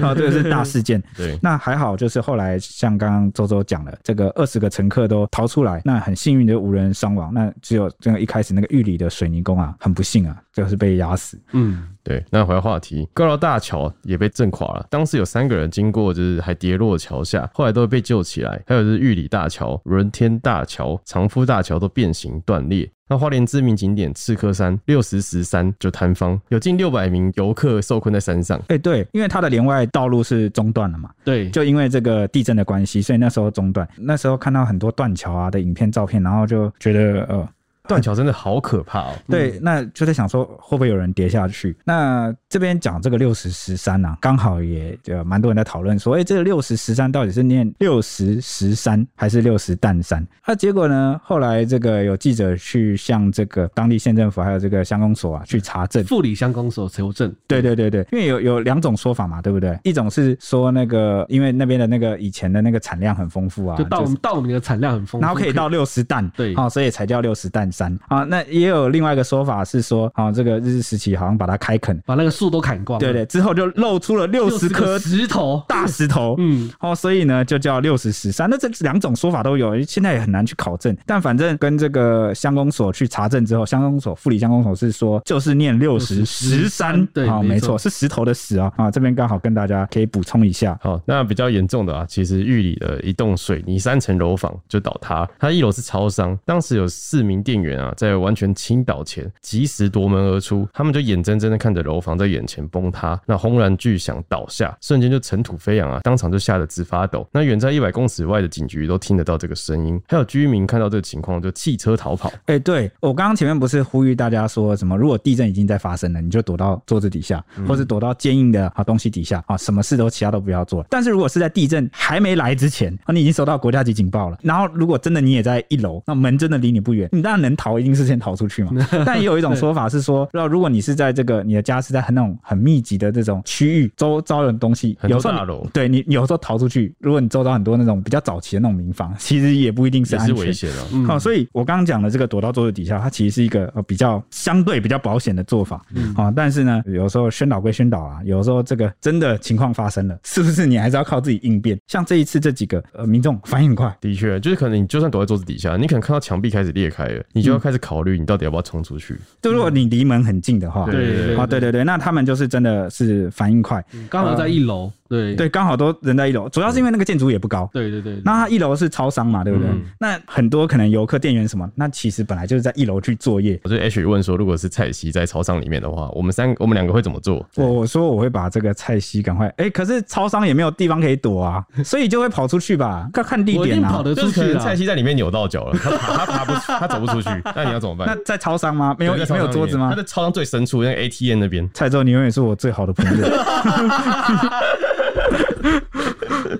Speaker 1: 啊，这个是大事件。
Speaker 4: 对
Speaker 1: 那还好，就是后来像刚刚周周讲了，这个二十个乘客都逃出来，那很幸运的无人伤亡，那只有这个一开始那个玉里的水泥工啊，很不幸啊，就是被压死。
Speaker 3: 嗯，
Speaker 4: 对，那回到话题，高楼大桥也被震垮了。当时有三个人经过，就是还跌落桥下，后来都被救起来。还有就是玉里大桥、伦天大桥、长夫大桥都变形断裂。那花莲知名景点刺客山六十石山就坍方，有近六百名游客受困在山上。
Speaker 1: 哎、对，因为它的连外道路是中断了嘛，
Speaker 3: 对，
Speaker 1: 就因为这个地震的关系，所以那时候中断。那时候看到很多断桥啊的影片、照片，然后就觉得呃，
Speaker 4: 断桥真的好可怕哦！
Speaker 1: 对，那就在想说会不会有人跌下去？那这边讲这个六十十三啊，刚好也呃蛮多人在讨论说，哎、这个六十十三到底是念六十十三还是六十蛋三？那、结果呢，后来这个有记者去向这个当地县政府还有这个乡公所啊去查证，
Speaker 3: 富里乡公所求证，
Speaker 1: 对对对对，因为有有两种说法嘛，对不对？一种是说那个因为那边的那个以前的那个产量很丰富啊，
Speaker 3: 就到我
Speaker 1: 是
Speaker 3: 们到我们的产量很丰富，
Speaker 1: 然后可以到六十担，
Speaker 3: 哦对
Speaker 1: 哦，所以才叫六十担山啊。那也有另外一个说法是说，啊，这个日治时期好像把它开垦，
Speaker 3: 把那个树都砍光了，
Speaker 1: 对对，之后就露出了六十
Speaker 3: 60
Speaker 1: 颗
Speaker 3: 哦个石头，
Speaker 1: 大石头，
Speaker 3: 嗯，
Speaker 1: 哦，所以呢就叫六十石山。那这两种说法都有，现在也很难去考证。但反正跟这个乡公所去查证之后，乡公所副理乡公所是说就是念六十
Speaker 3: 60
Speaker 1: 石山
Speaker 3: 山，对
Speaker 1: 啊、
Speaker 3: 没
Speaker 1: 没
Speaker 3: 错
Speaker 1: 错，是石头的石啊啊，这边刚好跟大家可以补充一下。
Speaker 4: 好，那比较严重的啊，其实玉里的一栋水泥三层楼房就倒塌，它一楼是超商，当时有四名店员啊，在完全倾倒前及时夺门而出，他们就眼睁睁的看着楼房在眼前崩塌，那轰然巨响倒下，瞬间就尘土飞扬啊，当场就吓得直发抖。那远在一百公尺外的警局都听得到这个声音，还有居民看到这个情况就弃车逃跑。
Speaker 1: 哎、对我刚刚前面不是呼吁大家说什么？如果地震已经在发生了，你就躲到桌子底下，
Speaker 4: 嗯
Speaker 1: 或是躲到坚硬的啊东西底下啊，什么事都其他都不要做。但是如果是在地震还没来之前啊，你已经收到国家级警报了，然后如果真的你也在一楼，那门真的离你不远，你当然能逃，一定是先逃出去 嘛。但也有一种说法是说，那如果你是在这个你的家是在很那种很密集的这种区域，周遭的东西，
Speaker 4: 很多
Speaker 1: 有时候你
Speaker 4: 大楼
Speaker 1: 对你有时候逃出去，如果你周遭很多那种比较早期的那种民房，其实也不一定是
Speaker 4: 也
Speaker 1: 安
Speaker 4: 是
Speaker 1: 全
Speaker 4: 危险啊！
Speaker 1: 好、所以我刚刚讲的这个躲到桌子底下，它其实是一个呃比较相对比较保险的做法。好、但是呢，有时候宣导归宣导啊，有时候这个真的情况发生了， 是不是你还是要靠自己应变？像这一次这几个呃民众反应很快，
Speaker 4: 的确，就是可能你就算躲在桌子底下，你可能看到墙壁开始裂开了，你就
Speaker 1: 嗯
Speaker 4: 要开始考虑你到底要不要冲出去。
Speaker 1: 就如果你离门很近的话，
Speaker 4: 对
Speaker 3: 对
Speaker 1: 啊，对对对，那他们就是真的是反应快，
Speaker 3: 刚好在一楼，对
Speaker 1: 对，刚好都人在一楼，主要是因为那个建筑也不高。
Speaker 3: 对对对，
Speaker 1: 那它一楼是超商嘛，对不对？
Speaker 4: 嗯
Speaker 1: 那很多可能游客、店员什么，那其实本来就是在一楼去作业，
Speaker 4: 我就 H 问说，如果是蔡西在超商里面的话，我们三我们两个会怎么做？
Speaker 1: 我我说我会把这个菜西赶快，哎、可是超商也没有地方可以躲 啊，所以就会跑出去吧，看看地
Speaker 3: 我一
Speaker 1: 点
Speaker 3: 定跑
Speaker 1: 啊。
Speaker 3: 得
Speaker 4: 就
Speaker 3: 出
Speaker 4: 是可
Speaker 3: 去
Speaker 4: 能
Speaker 3: 啊
Speaker 4: 蔡。西在里面扭到脚了，他爬他爬不出，他走不出去，那你要怎么
Speaker 1: 那
Speaker 4: 办？
Speaker 1: 在超商吗？没有
Speaker 4: 对在
Speaker 1: 没有
Speaker 4: 超商里面
Speaker 1: 桌子吗
Speaker 4: 他？在超商最深处那个 ATM 那边，
Speaker 1: 蔡州，你永远是我最好的朋友。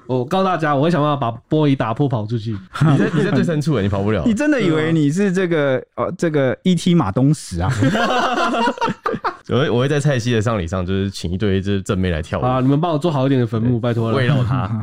Speaker 3: 我告诉大家，我会想办法把玻璃打破跑出去。
Speaker 4: 你在你在最深处，欸你跑不了
Speaker 1: 你。真的以为你是这个呃这个 E.T. 马东石 啊？
Speaker 4: 我会我会在蔡西的丧礼上，就是请一堆就是正妹来跳舞。
Speaker 3: 啊，你们帮我做好一点的坟墓，拜托了。
Speaker 4: 慰劳他。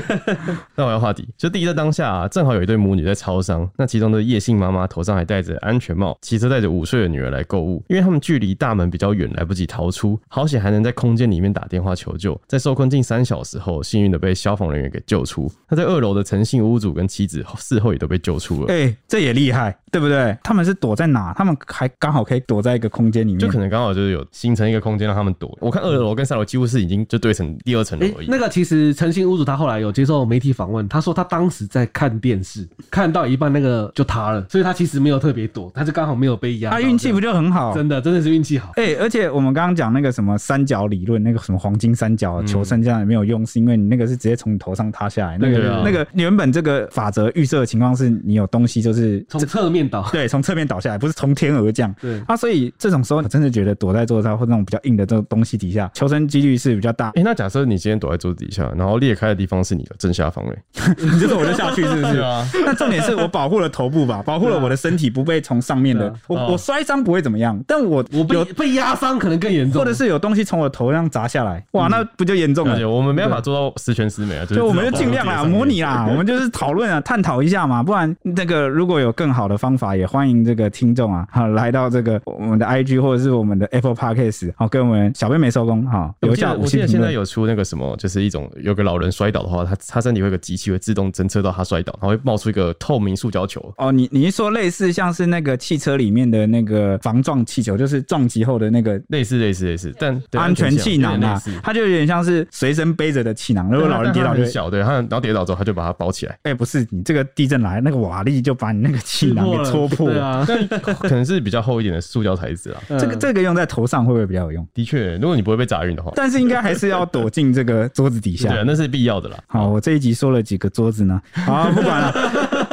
Speaker 4: 那我要话题，就第一在当下、啊，正好有一对母女在超商，那其中的叶姓妈妈头上还戴着安全帽，骑车带着五岁的女儿来购物，因为他们距离大门比较远，来不及逃出，好险还能在空间里面打电话求救，在受困近三小时后，幸运的被消防人员给救出。那在二楼的陈姓屋主跟妻子事后也都被救出了。
Speaker 1: 哎、这也厉害，对不对？他们是躲在哪？他们还刚好可以躲在一个空间里面。
Speaker 4: 就可能刚好就是有形成一个空间让他们躲。我看二楼跟三楼几乎是已经就对成第二层楼
Speaker 3: 哎
Speaker 4: 而已。，
Speaker 3: 那个其实诚信屋主他后来有接受媒体访问，他说他当时在看电视，看到一半那个就塌了，所以他其实没有特别躲，他就刚好没有
Speaker 4: 啊
Speaker 3: 被压到。
Speaker 1: 他运气不就很好？
Speaker 3: 真的真的是运气好。
Speaker 1: 哎、而且我们刚刚讲那个什么三角理论，那个什么黄金三角求生这样也没有用，是因为你那个是直接从你头上塌下来，那
Speaker 4: 对
Speaker 1: 个、
Speaker 4: 啊
Speaker 1: 那个原本这个法则预设的情况是你有东西就是
Speaker 3: 从侧面倒，
Speaker 1: 对从侧面倒下来，不是从天而降。
Speaker 3: 对，
Speaker 1: 啊，所以这种时候，我真的觉得躲在桌子上或那种比较硬的这种东西底下，求生几率是比较大
Speaker 4: 哎、。那假设你今天躲在桌子底下，然后裂开的地方是你的正下方嘞、
Speaker 1: 你这种我就下去，是不是？
Speaker 4: 啊，
Speaker 1: 那重点是我保护了头部吧，保护了我的身体不被从上面的
Speaker 3: 对啊，
Speaker 1: 我我摔伤不会怎么样，但我
Speaker 3: 我被
Speaker 1: 有
Speaker 3: 被压伤可能更严重，
Speaker 1: 或者是有东西从我头上砸下来，哇，那不就严重了
Speaker 4: 而且？我们没办法做到十全十美啊，就是
Speaker 1: 就我们就尽量啦，模拟 啦，我们就是讨论啊，探讨一下嘛，不然那个如果有更好的方法，也欢迎这个听众啊， 哈，来到这个我们的 IG 或者是我们的 Apple Podcast，好，跟我们小编没收工哈，
Speaker 4: 我
Speaker 1: 留
Speaker 4: 记
Speaker 1: 下
Speaker 4: 得
Speaker 1: 五
Speaker 4: 我记
Speaker 1: 星
Speaker 4: 得
Speaker 1: 评
Speaker 4: 现在
Speaker 1: 论。
Speaker 4: 有出那个什么，就是一种有个老人摔倒的话，他他身体会有个机器会自动侦测到他摔倒，然后会冒出一个透明塑胶球。
Speaker 1: 哦，你你是说类似像是那个汽车里面的那个防撞气球，就是撞击后的那个
Speaker 4: 类似类似类似，但对
Speaker 1: 安全气
Speaker 4: 有
Speaker 1: 囊
Speaker 4: 点类
Speaker 1: 啊
Speaker 4: 似，
Speaker 1: 它就有点像是随身背着的气囊，如果老人跌倒
Speaker 4: 但
Speaker 1: 就
Speaker 4: 它很。小，对，他然后跌倒之后他就把它包起来，
Speaker 1: 哎、不是你这个地震来，那个瓦砾就把你那个气囊给戳破。
Speaker 3: 对啊，
Speaker 4: 但可能是比较厚一点的塑胶材质啦。
Speaker 1: 这个这个用在头上会不会比较有用？
Speaker 4: 的确，如果你不会被砸晕的话，
Speaker 1: 但是应该还是要躲进这个桌子底下。
Speaker 4: 对，那是必要的啦。
Speaker 1: 好，我这一集说了几个桌子呢？好，不 管了，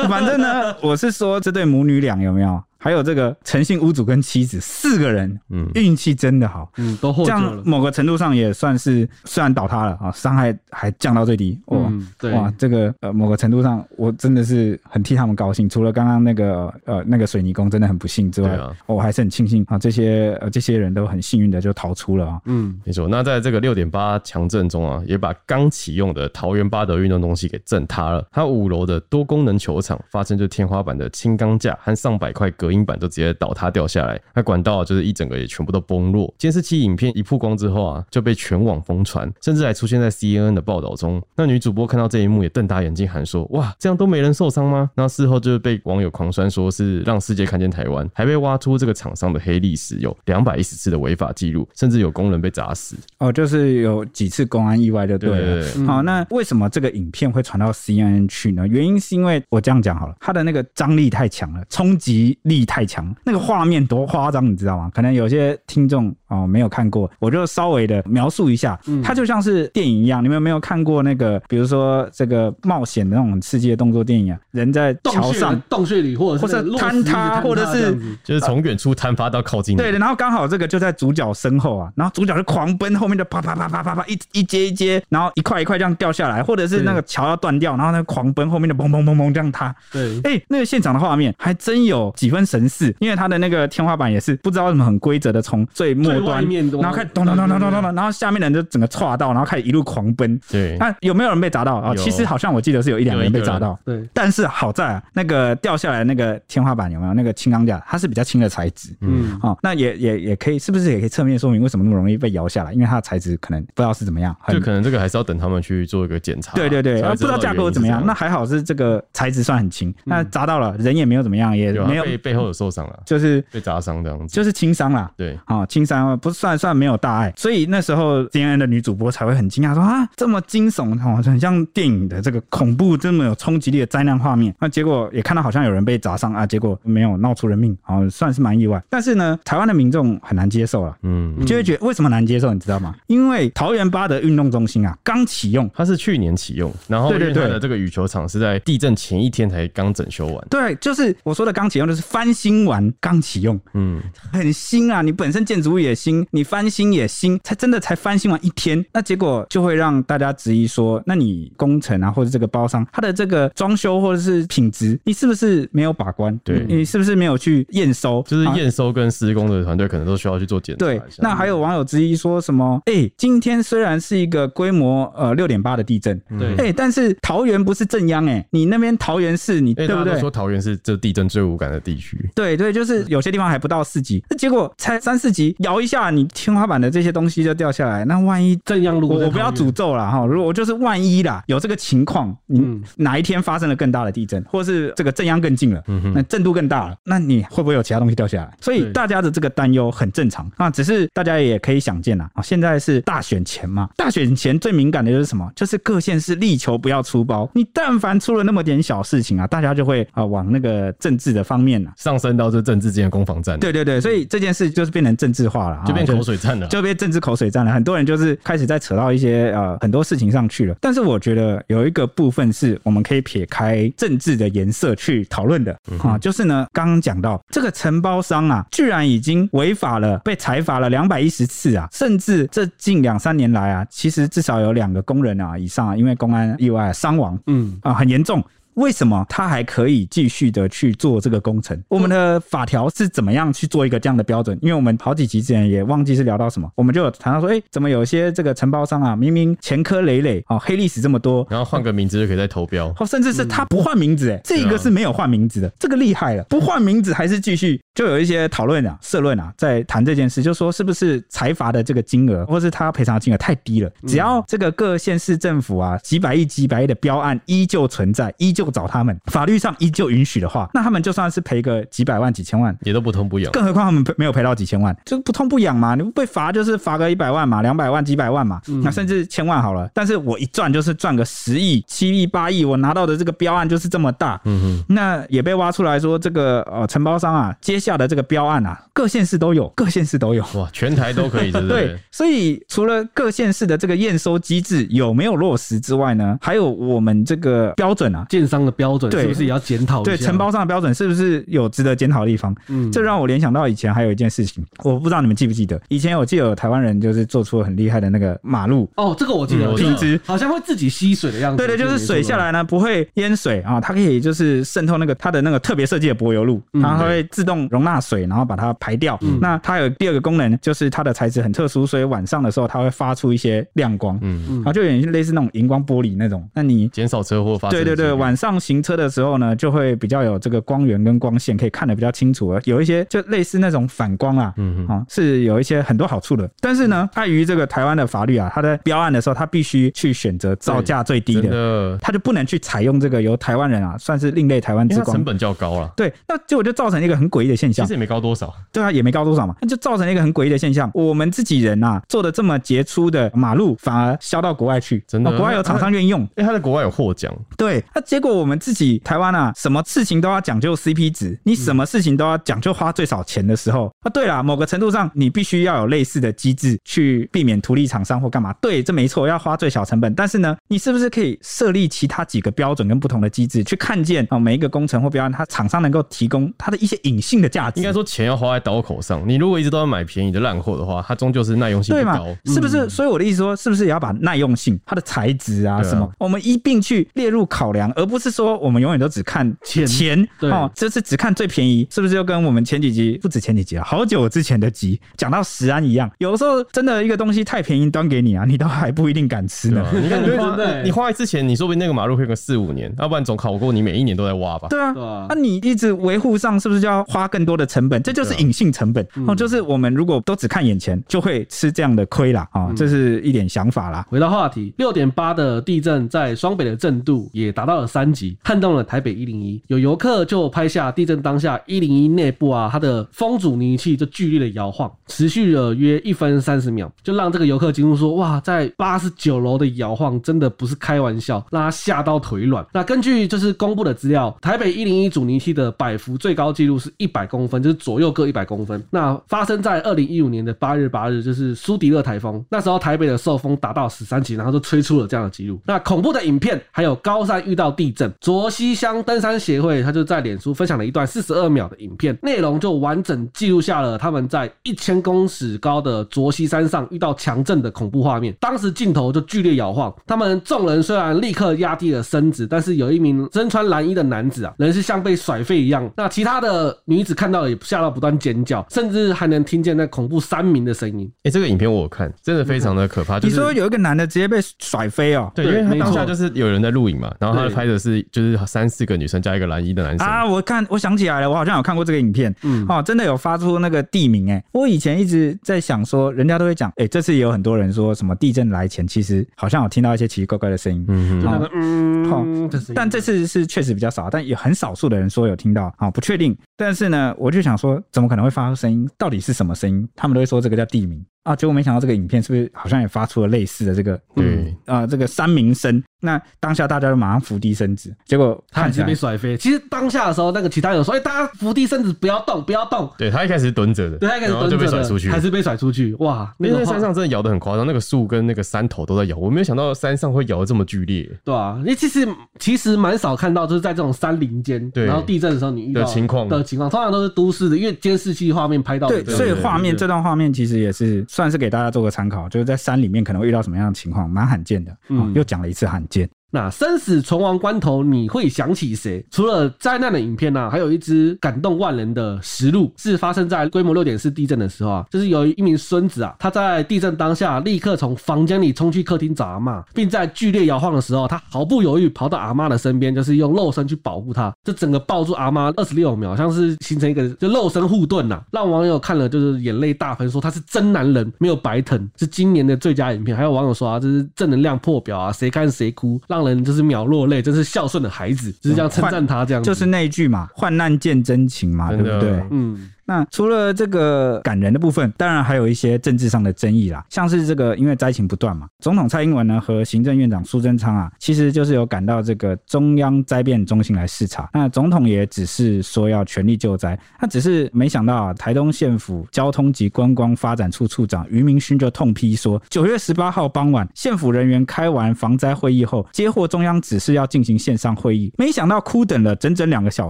Speaker 1: 反正呢，我是说这对母女俩有没有？还有这个诚信屋主跟妻子四个人，
Speaker 4: 嗯
Speaker 1: 运气真的好，
Speaker 3: 嗯都获
Speaker 1: 这
Speaker 3: 救
Speaker 1: 样
Speaker 3: 了，
Speaker 1: 某个程度上也算是虽然倒塌了啊，伤害还降到最低。哇、
Speaker 3: 嗯对
Speaker 1: 哇，这个呃某个程度上，我真的是很替他们高兴。除了刚刚那个呃那个水泥工真的很不幸之外，
Speaker 4: 对啊
Speaker 1: 我还是很庆幸啊，这些呃这些人都很幸运的就逃出了啊。
Speaker 3: 嗯，
Speaker 4: 没错，那在这个六点八强震中啊，也把刚启用的桃园八德运动中心给震塌了。它五楼的多功能球场发生就天花板的轻钢架和上百块隔音板就直接倒塌掉下来，那管道就是一整个也全部都崩落。监视器影片一曝光之后啊，就被全网疯传，甚至还出现在 CNN 的报道中。那女主播看到这一幕也瞪大眼睛喊说：“哇，这样都没人受伤吗？”那事后就是被网友狂酸说是让世界看见台湾，还被挖出这个厂商的黑历史，有两百一十次的违法记录，甚至有工人被砸死。
Speaker 1: 哦，就是有几次公安意外就对了。
Speaker 4: 对对对
Speaker 1: 好，那为什么这个影片会传到 CNN 去呢？原因是因为我这样讲好了，它的那个张力太强了，冲击力太强，那个画面多夸张，你知道吗？可能有些听众哦没有看过，我就稍微的描述一下，它就像是电影一样。你们有没有看过那个，比如说这个冒险的那种刺激的动作电影啊？人在
Speaker 3: 洞
Speaker 1: 桥
Speaker 3: 穴
Speaker 1: 上。
Speaker 3: 洞穴里，或者
Speaker 1: 或者
Speaker 3: 是落石
Speaker 1: 坍塌或者是
Speaker 3: 这样子
Speaker 4: 就是从远处摊发到靠近你，
Speaker 1: 对的，然后刚好这个就在主角身后啊，然后主角就狂奔，后面就啪啪啪啪啪啪一一阶一阶，然后一块一块这样掉下来，或者是那个桥要断掉，然后那个狂奔，后面就砰砰砰砰这样塌。
Speaker 3: 对，
Speaker 1: 哎、那个现场的画面还真有几分神似，因为它的那个天花板也是不知道为什么很规则的从最末
Speaker 3: 最外
Speaker 1: 端，
Speaker 3: 面的
Speaker 1: 然后开始咚咚咚咚咚咚咚，然后下面的人就整个岔到，然后开始一路狂奔。
Speaker 4: 对
Speaker 1: 那、有没有人被砸到啊、哦
Speaker 4: 有
Speaker 1: 其实好像我记得是有一两个人被砸到，
Speaker 3: 对，
Speaker 1: 但是好在啊，那个掉下来的那个天花板有没有那个轻钢架，它是比较轻的材质，
Speaker 3: 嗯，
Speaker 1: 哦，那也也也可以，是不是也可以侧面说明为什么那么容易被摇下来？因为它的材质可能不知道是怎么样，很
Speaker 4: 就可能啊这个还是要等他们去做一个检查，
Speaker 1: 对对对，然
Speaker 4: 才会
Speaker 1: 后不知道架构
Speaker 4: 原因
Speaker 1: 怎么样。
Speaker 4: 是嗯
Speaker 1: 那还好是这个材质算很轻，那砸到了人也没有怎么样，也
Speaker 4: 有啊
Speaker 1: 没有
Speaker 4: 背背后有受伤啊，
Speaker 1: 就是
Speaker 4: 被砸伤这样子，
Speaker 1: 就是轻伤啦。
Speaker 4: 对。
Speaker 1: 啊，轻伤不算算没有大碍，所以那时候 CNN 的女主播才会很惊讶说啊，这么惊悚哦，很像电影的这个恐怖这么有冲击力的灾难画面。那结果也看到好像有人被砸伤啊，结果没有闹出人命，啊，算是蛮意外。但是呢，台湾的民众很难接受了，
Speaker 4: 嗯，
Speaker 1: 就会觉得为什么难接受，你知道吗？因为桃园八德运动中心啊，刚启用。
Speaker 4: 它是去年启用，然后
Speaker 1: 对对
Speaker 4: 因为它
Speaker 1: 对
Speaker 4: 的这个羽球场是在地震前一天才刚整修完。
Speaker 1: 对，就是我说的刚启用，就是翻新完刚启用，
Speaker 4: 嗯，
Speaker 1: 很新啊！你本身建筑物也新，你翻新也新，才真的才翻新完一天，那结果就会让大家质疑说，那你工程啊，或者这个包商，它的这个装修或者是品质，你是不是没有把关？
Speaker 4: 对
Speaker 1: 你你是不是没有去验收？
Speaker 4: 就是
Speaker 1: 啊
Speaker 4: 验收跟施工的团队可能都需要去做检查一
Speaker 1: 对
Speaker 4: 下。，
Speaker 1: 那还有网友质疑说什么？哎、今天虽然是一个规模呃六点八的地震，
Speaker 3: 嗯对
Speaker 4: 嗯
Speaker 1: 哎、但是桃园不是正央哎、你那边桃园市你
Speaker 4: 因
Speaker 1: 对
Speaker 4: 为大
Speaker 1: 不
Speaker 4: 家
Speaker 1: 对
Speaker 4: 都？说嗯桃园是这地震最无感的地区，
Speaker 1: 对对，就是有些地方还不到四级，那结果才三四级，摇一下你天花板的这些东西就掉下来，那万一
Speaker 3: 正阳路
Speaker 1: 我我不要诅咒啦哈，如果我就是万一啦，有这个情况，你
Speaker 3: 嗯
Speaker 1: 哪一天发生了更大的地震，或是这个震央更近了，
Speaker 4: 嗯
Speaker 1: 那
Speaker 4: 哼，
Speaker 1: 震度更大了，那你会不会有其他东西掉下来？所以
Speaker 3: 对
Speaker 1: 大家的这个担忧很正常啊，只是大家也可以想见啦啊，现在是大选前嘛，大选前最敏感的就是什么？就是各县市力求不要出包，你但凡出了那么点小事情啊，大家就会啊往那个政治的方面啊。
Speaker 4: 上升到这政治之间的攻防战，，
Speaker 1: 对对对，所以这件事就是变成政治化了啊，
Speaker 4: 就变
Speaker 1: 是
Speaker 4: 口水战了。
Speaker 1: 就被政治口水战了，很多人就是开始在扯到一些呃很多事情上去了。但是我觉得有一个部分是我们可以撇开政治的颜色去讨论的啊，就是呢刚刚讲到这个承包商啊，居然已经违法了，被裁罚了两百一十次啊，甚至这近两三年来啊，其实至少有两个工人啊以上啊，因为公安意外伤亡
Speaker 3: 嗯，
Speaker 1: 啊，很严重。为什么他还可以继续的去做这个工程？我们的法条是怎么样去做一个这样的标准？因为我们好几集之前也忘记是聊到什么，我们就有谈到说，哎、怎么有些这个承包商啊，明明前科累累啊、哦，黑历史这么多。
Speaker 4: 然后换个名字就可以再投标，
Speaker 1: 哦，甚至是他不换名字，哎、这个是没有换名字的，这个厉害了，不换名字还是继续，就有一些讨论啊、社论啊，在谈这件事，就说是不是财阀的这个金额，或是他赔偿的金额太低了，只要这个各县市政府啊几百亿、几百亿的标案依旧存在，依旧找他们，法律上依旧允许的话，那他们就算是赔个几百万、几千万，
Speaker 4: 也都不痛不痒。
Speaker 1: 更何况他们没有赔到几千万，就不痛不痒嘛。你被罚就是罚个一百万嘛，两百万、几百万嘛，
Speaker 4: 嗯
Speaker 1: 那甚至千万好了。但是我一赚就是赚个十亿、七亿、八亿，我拿到的这个标案就是这么大。
Speaker 4: 嗯哼，
Speaker 1: 那也被挖出来说，这个呃承包商啊，接下的这个标案啊，各县市都有，各县市都有。
Speaker 4: 哇，全台都可以，对 不
Speaker 1: 对
Speaker 4: 对？，
Speaker 1: 所以除了各县市的这个验收机制有没有落实之外呢，还有我们这个标准啊，
Speaker 3: 建商的标准
Speaker 1: 对
Speaker 3: 是不是也要检讨一下？
Speaker 1: 对承包商的标准是不是有值得检讨的地方？
Speaker 3: 嗯，
Speaker 1: 这让我联想到以前还有一件事情，我不知道你们记不记得，以前我记得有台湾人就是做出很厉害的那个马路。
Speaker 3: 哦，这个我记得，
Speaker 4: 嗯
Speaker 3: 我记得
Speaker 1: 我知道
Speaker 3: 好像会自己吸水的样子。
Speaker 1: 对对，就是水下来啊呢不会淹水啊，它可以就是渗透那个它的那个特别设计的柏油路，然后它会自动容纳水，然后把它排掉。
Speaker 3: 嗯
Speaker 1: 那它有第二个功能，就是它的材质很特殊，所以晚上的时候它会发出一些亮光，
Speaker 4: 嗯，
Speaker 1: 然后就有点类似那种荧光玻璃那种。那你
Speaker 4: 减少车祸发生
Speaker 1: 对
Speaker 4: 的几
Speaker 1: 对
Speaker 4: 率。
Speaker 1: 对，晚上行车的时候呢，就会比较有这个光源跟光线，可以看得比较清楚了。有一些就类似那种反光啊，
Speaker 4: 嗯
Speaker 1: 啊、是有一些很多好处的。但是呢，碍于这个台湾的法律啊，它在标案的时候，它必须去选择造价最低
Speaker 4: 真
Speaker 1: 的，
Speaker 4: 的，
Speaker 1: 它就不能去采用这个由台湾人啊，算是另类台湾
Speaker 4: 因
Speaker 1: 之
Speaker 4: 为它
Speaker 1: 光
Speaker 4: 成。本较高了，
Speaker 1: 对，那结果就造成一个很诡异的现
Speaker 4: 其
Speaker 1: 象
Speaker 4: 实，也没高多少。
Speaker 1: 对啊，也没高多少嘛，那就造成了一个很诡异的现象。我们自己人啊，做的这么杰出的马路，反而销到国外去，
Speaker 4: 真的啊
Speaker 1: 哦国外有厂商愿意用，
Speaker 4: 因为它在国外有获奖，
Speaker 1: 对，那结果我们自己台湾啊，什么事情都要讲究 CP 值，你什么事情都要讲究花最少钱的时候啊，对啦，某个程度上你必须要有类似的机制去避免图利厂商或干嘛，对，这没错，要花最小成本，但是呢，你是不是可以设立其他几个标准跟不同的机制，去看见啊、每一个工程或标案，它厂商能够提供它的一些隐性的价值，
Speaker 4: 应该说钱要花在刀口上。你如果一直都要买便宜的烂货的话，它终究是耐用性
Speaker 1: 对
Speaker 4: 不
Speaker 1: 嘛
Speaker 4: 高。？嗯
Speaker 1: 是不是？所以我的意思说，是不是也要把耐用性、它的材质啊
Speaker 4: 对啊
Speaker 1: 什么，我们一并去列入考量，而不是说我们永远都只看
Speaker 3: 钱
Speaker 1: 钱
Speaker 3: 对
Speaker 1: 哦，这是只看最便宜，是不是就跟我们前几集不止前几集啊，好久之前的集讲到食安一样？有的时候真的一个东西太便宜端给你啊，你都还不一定敢吃
Speaker 4: 对啊
Speaker 1: 呢
Speaker 4: 吧？。你看，你
Speaker 3: 真的
Speaker 4: 花
Speaker 3: 欸
Speaker 4: 你花一次钱，你说不定那个马路可以有个四五年，要不然总考过你每一年都在挖吧。
Speaker 1: 对啊，
Speaker 3: 对啊
Speaker 1: 那、你一直维护上是不是就要花更多的成本？这
Speaker 4: 啊
Speaker 1: 就是隐性成本、
Speaker 4: 嗯
Speaker 1: 哦，就是我们如果都只看眼前，就会吃这样的亏啦啊、
Speaker 4: 嗯
Speaker 1: 哦，这是一点想法啦。
Speaker 3: 回到话题，六点八的地震在双北的震度也达到了三级，撼动了台北一零一。有游客就拍下地震当下一零一内部啊，它的风阻尼器就剧烈的摇晃，持续了约一分三十秒，就让这个游客惊呼说：“哇，在八十九楼的摇晃真的不是开玩笑，让他吓到腿软。”那根据就是公布的资料，台北一零一阻尼器的百伏最高纪录是一百公分，就是左右各一百公分。那发生在二零一五年的八月八日，就是苏迪勒台风，那时候台北的受风达到十三级，然后就吹出了这样的记录。那恐怖的影片还有高山遇到地震，卓西乡登山协会他就在脸书分享了一段四十二秒的影片，内容就完整记录下了他们在一千公尺高的卓西山上遇到强震的恐怖画面。当时镜头就剧烈摇晃，他们众人虽然立刻压低了身子，但是有一名身穿蓝衣的男子啊，人是像被甩废一样。那其他的女子看到了也吓到不断尖叫，甚至还能听见那恐怖山鸣的声音。
Speaker 4: 哎，这个影片我有看，真的非常的可怕。就
Speaker 1: 你
Speaker 4: 是
Speaker 1: 说有一个男的直接被甩飞哦、
Speaker 4: 对，因
Speaker 3: 对
Speaker 4: 为他
Speaker 3: 没
Speaker 4: 当下
Speaker 3: 错
Speaker 4: 就是有人在录影嘛，然后他
Speaker 3: 对
Speaker 4: 拍的是就是三四个女生加一个蓝衣的男生，
Speaker 1: 啊，我看我想起来了，我好像有看过这个影片，
Speaker 3: 嗯
Speaker 1: 哦，真的有发出那个地名哎、我以前一直在想说，人家都会讲，哎、这次也有很多人说什么地震来前，其实好像有听到一些奇奇怪怪的声音，
Speaker 4: 嗯
Speaker 3: 就
Speaker 4: 哼，
Speaker 3: 那个嗯，的声音
Speaker 1: 但这次是确实比较少，但有很少数的人说有听到啊、不确定。但是呢，我就想说，怎么可能会发出声音？到底是什么声音？他们都会说这个叫地名啊。结果没想到这个影片是不是好像也发出了类似的这个
Speaker 4: 对，
Speaker 1: 啊、这个山鸣声？那当下大家就马上伏低身子，结果
Speaker 3: 他
Speaker 1: 看
Speaker 3: 已
Speaker 1: 起
Speaker 3: 经
Speaker 1: 来
Speaker 3: 被甩飞。其实当下的时候，那个其他人说：“哎、大家伏地身子，不要动，不要动。
Speaker 4: 对他一开始是蹲着的，”
Speaker 3: 对，他开始
Speaker 4: 然后
Speaker 3: 蹲
Speaker 4: 就被
Speaker 3: 着
Speaker 4: 甩
Speaker 3: 了
Speaker 4: 出去，
Speaker 3: 还是被甩出去。哇，那
Speaker 4: 因为
Speaker 3: 个
Speaker 4: 在
Speaker 3: 画
Speaker 4: 山上真的摇得很夸张，那个树跟那个山头都在摇，我没有想到山上会摇得这么剧烈
Speaker 3: 对啊，因为其实其实蛮少看到，就是在这种山林间，
Speaker 4: 对
Speaker 3: 然后地震的时候你遇到
Speaker 4: 的情况
Speaker 3: 的情况，通常都是都市的，因为监视器画面拍到的
Speaker 1: 对，
Speaker 3: 这种。
Speaker 4: 对
Speaker 1: 所以
Speaker 4: 对
Speaker 1: 画面
Speaker 3: 对
Speaker 1: 这段画面其实也是算是给大家做个参考，就是在山里面可能会遇到什么样的情况，蛮罕见的。嗯，
Speaker 3: 嗯
Speaker 1: 又讲了一次罕见。
Speaker 3: 那生死存亡关头，你会想起谁？除了灾难的影片呢、啊还有一支感动万人的实录，是发生在规模六点四地震的时候啊，就是有一名孙子啊，他在地震当下立刻从房间里冲去客厅找阿嬷，并在剧烈摇晃的时候，他毫不犹豫跑到阿嬷的身边，就是用肉身去保护她，这整个抱住阿妈二十六秒，像是形成一个就肉身护盾呐、啊让网友看了就是眼泪大喷，说他是真男人，没有白疼，是今年的最佳影片。还有网友说啊，这是正能量破表啊，谁看谁哭，让人就是秒落泪，真是孝顺的孩子，就是这样称赞他这样子，
Speaker 1: 就是那一句嘛，“患难见真情”嘛，对
Speaker 4: 真
Speaker 1: 不
Speaker 4: 的啊
Speaker 1: 对？
Speaker 3: 嗯，
Speaker 1: 那除了这个感人的部分，当然还有一些政治上的争议啦，像是这个因为灾情不断嘛，总统蔡英文呢和行政院长苏贞昌啊，其实就是有赶到这个中央灾变中心来视察。那总统也只是说要全力救灾，他只是没想到啊，台东县府交通及观光发展处处长于明勋就痛批说，九月十八号傍晚，县府人员开完防灾会议后，接获中央指示要进行线上会议，没想到哭等了整整两个小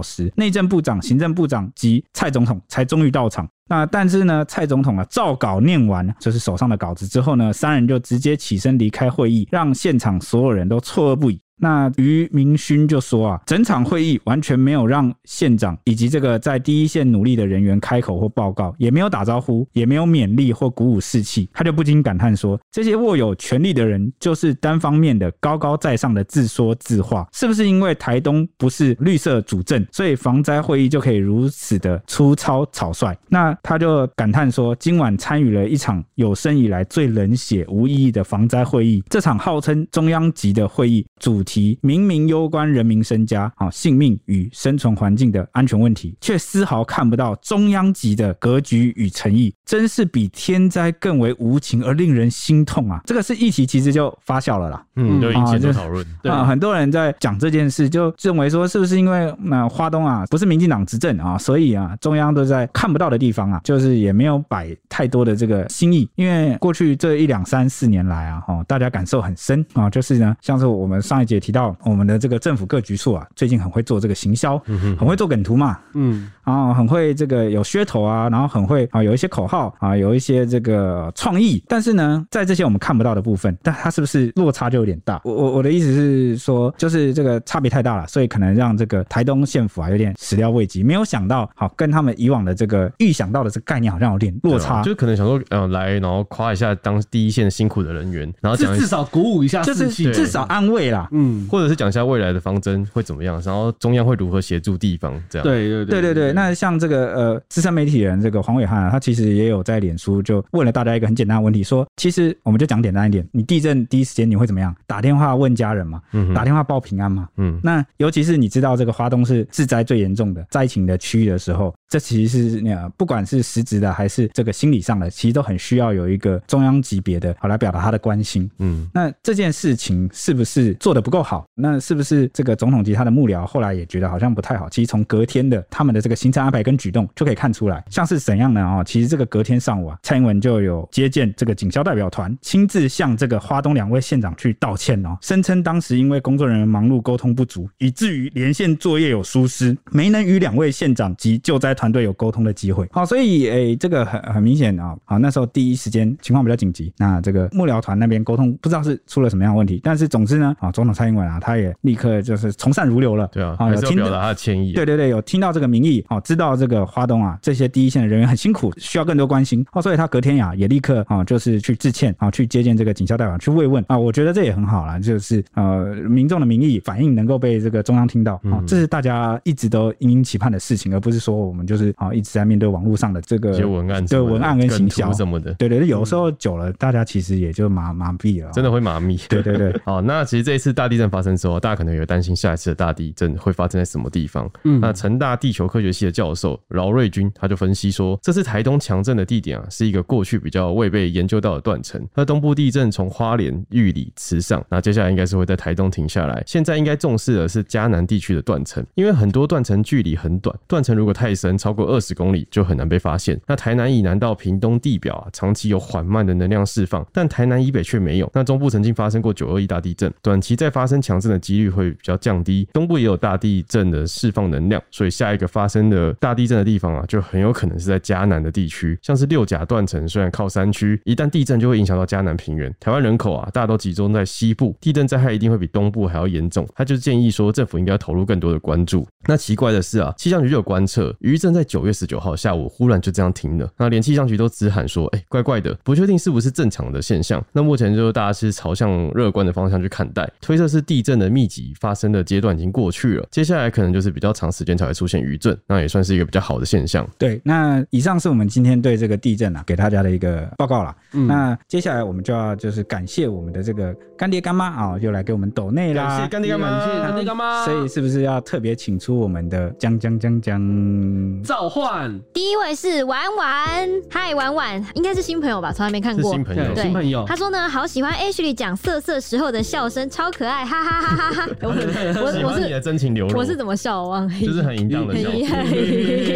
Speaker 1: 时，内政部长、行政部长及蔡总统才终于到场。那但是呢，蔡总统啊，照稿念完就是手上的稿子之后呢，三人就直接起身离开会议，让现场所有人都错愕不已。那于明勋就说啊，整场会议完全没有让县长以及这个在第一线努力的人员开口或报告，也没有打招呼，也没有勉励或鼓舞士气。他就不禁感叹说，这些握有权力的人就是单方面的、高高在上的自说自话。是不是因为台东不是绿色主政，所以防灾会议就可以如此的粗糙草率？那他就感叹说，今晚参与了一场有生以来最冷血、无意义的防灾会议。这场号称中央级的会议，主题明明攸关人民身家、啊性命与生存环境的安全问题，却丝毫看不到中央级的格局与诚意，真是比天灾更为无情而令人心痛啊！这个是议题，其实就发酵了啦。
Speaker 3: 嗯
Speaker 4: 嗯，就引起
Speaker 1: 啊
Speaker 4: 很多
Speaker 1: 就是
Speaker 4: 讨论。
Speaker 3: 对
Speaker 1: 啊、很多人在讲这件事，就认为说是不是因为那、呃花东啊不是民进党执政啊，所以啊中央都在看不到的地方啊，就是也没有摆太多的这啊个心意。因为过去这一两三四年来啊，哦，大家感受很深啊，就是呢，像是我们上一节提到我们的这个政府各局处啊，最近很会做这个行销，很会做梗图嘛，
Speaker 3: 嗯，
Speaker 1: 啊、很会这个有噱头啊，然后很会啊、有一些口号啊、有一些这个创意，但是呢，在这些我们看不到的部分，但它是不是落差就有点大？我我我的意思是说，就是这个差别太大了，所以可能让这个台东县府啊有点始料未及，没有想到，好、跟他们以往的这个预想到的这个概念好像有点落
Speaker 4: 对啊
Speaker 1: 差，
Speaker 4: 就可能想说，嗯、来，然后夸一下当第一线辛苦的人员，然后讲
Speaker 3: 至
Speaker 4: 一
Speaker 3: 至少鼓舞一下
Speaker 1: 就
Speaker 3: 士气
Speaker 1: 是
Speaker 3: 嘛，
Speaker 1: 至少安慰啦。
Speaker 3: 嗯，
Speaker 4: 或者是讲一下未来的方针会怎么样，然后中央会如何协助地方，这样。
Speaker 3: 对对
Speaker 1: 对对对，那像这个呃资深媒体人这个黄伟汉、啊，他其实也有在脸书就问了大家一个很简单的问题，说其实我们就讲简单一点，你地震第一时间你会怎么样？打电话问家人嘛，
Speaker 4: 嗯哼
Speaker 1: 打电话报平安嘛。
Speaker 4: 嗯，
Speaker 1: 那尤其是你知道这个华东是致灾最严重的灾情的区域的时候，这其实是呃不管是实质的还是这个心理上的，其实都很需要有一个中央级别的好来表达他的关心。
Speaker 4: 嗯，
Speaker 1: 那这件事情是不是做的不够好？那是不是这个总统级他的幕僚后来也觉得好像不太好？其实从隔天的他们的这个行程安排跟举动就可以看出来，像是怎样呢？哦，其实这个隔天上午啊，蔡英文就有接见这个警消代表团，亲自向这个花东两位县长去道歉哦，声称当时因为工作人员忙碌沟通不足，以至于连线作业有疏失，没能与两位县长及救灾团队有沟通的机会。好、所以诶、这个很很明显啊、好、那时候第一时间情况比较紧急，那这个幕僚团那边沟通不知道是出了什么样的问题，但是总之呢，啊、总统蔡英文啊，他也立刻就是从善如流了，
Speaker 4: 对啊，
Speaker 1: 啊、
Speaker 4: 还
Speaker 1: 有
Speaker 4: 是要
Speaker 1: 听
Speaker 4: 表
Speaker 1: 到
Speaker 4: 达他的歉意啊。
Speaker 1: 对对对，有听到这个民意哦，知道这个花东啊这些第一线的人员很辛苦，需要更多关心哦，所以他隔天呀、也立刻啊、就是去致歉啊、去接见这个警校代表去慰问啊、我觉得这也很好啦，就是呃民众的民意反应能够被这个中央听到啊、
Speaker 4: 嗯
Speaker 1: 这是大家一直都殷殷期盼的事情，而不是说我们就是啊、一直在面对网络上的这个
Speaker 4: 一些文案什
Speaker 1: 对
Speaker 4: 么的、
Speaker 1: 文案跟行销
Speaker 4: 啊梗图什么的，
Speaker 1: 对对对，有时候久了大家其实也就麻麻痹了哦、
Speaker 4: 真的会麻痹。
Speaker 1: 对对对。
Speaker 4: 好，那其实这一次大地震发生之后，大家可能有担心下一次的大地震会发生在什么地方。
Speaker 3: 嗯
Speaker 4: 那成大地球科学系的教授饶瑞军他就分析说，这次台东强震的地点啊，是一个过去比较未被研究到的断层。那东部地震从花莲、玉里、池上，那接下来应该是会在台东停下来。现在应该重视的是嘉南地区的断层，因为很多断层距离很短，断层如果太深，超过二十公里就很难被发现。那台南以南到屏东地表啊，长期有缓慢的能量释放，但台南以北却没有。那中部曾经发生过九二一大地震，短期再发生强震的几率会比较降低。东部也有大地震的释放能量，所以下一个发生的大地震的地方啊，就很有可能是在嘉南的地区，像是六甲断层，虽然靠山区，一旦地震就会影响到嘉南平原。台湾人口啊，大家都集中在西部，地震灾害一定会比东部还要严重。他就建议说，政府应该要投入更多的关注。那奇怪的是啊，气象局就有观测，余震在九月十九号下午忽然就这样停了，那连气象局都直喊说，哎、怪怪的，不确定是不是正常的现象。那目前就是大家是朝向乐观的方向去看待，推测是地震的密集发生的阶段已经过去了，接下来可能就是比较长时间才会出现余震，那也算是一个比较好的现象。
Speaker 1: 对，那以上是我们今天对这个地震啊给大家的一个报告啦。
Speaker 3: 嗯
Speaker 1: 那接下来我们就要就是感谢我们的这个干爹干妈啊、又来给我们抖内啦。
Speaker 4: 感谢干爹干妈，
Speaker 3: 感谢干爹干妈，
Speaker 1: 所以是不是要特别请出我们的江江江江？
Speaker 3: 召 唤
Speaker 2: 第一位是婉婉，嗨，婉婉，应该是新朋友吧，从来没看
Speaker 4: 是
Speaker 2: 过。
Speaker 4: 新朋友，
Speaker 3: 对
Speaker 2: 对
Speaker 3: 新朋友
Speaker 2: 他，说呢，好喜欢 Ashley 讲色色时候的笑声，超可爱，哈哈哈哈哈！我
Speaker 4: 喜
Speaker 2: 我
Speaker 4: 欢你
Speaker 2: 是
Speaker 4: 的真情流露，
Speaker 2: 我是怎么笑，我忘了。
Speaker 4: 就是很淫荡 的
Speaker 2: 很
Speaker 4: 笑
Speaker 2: 厉害，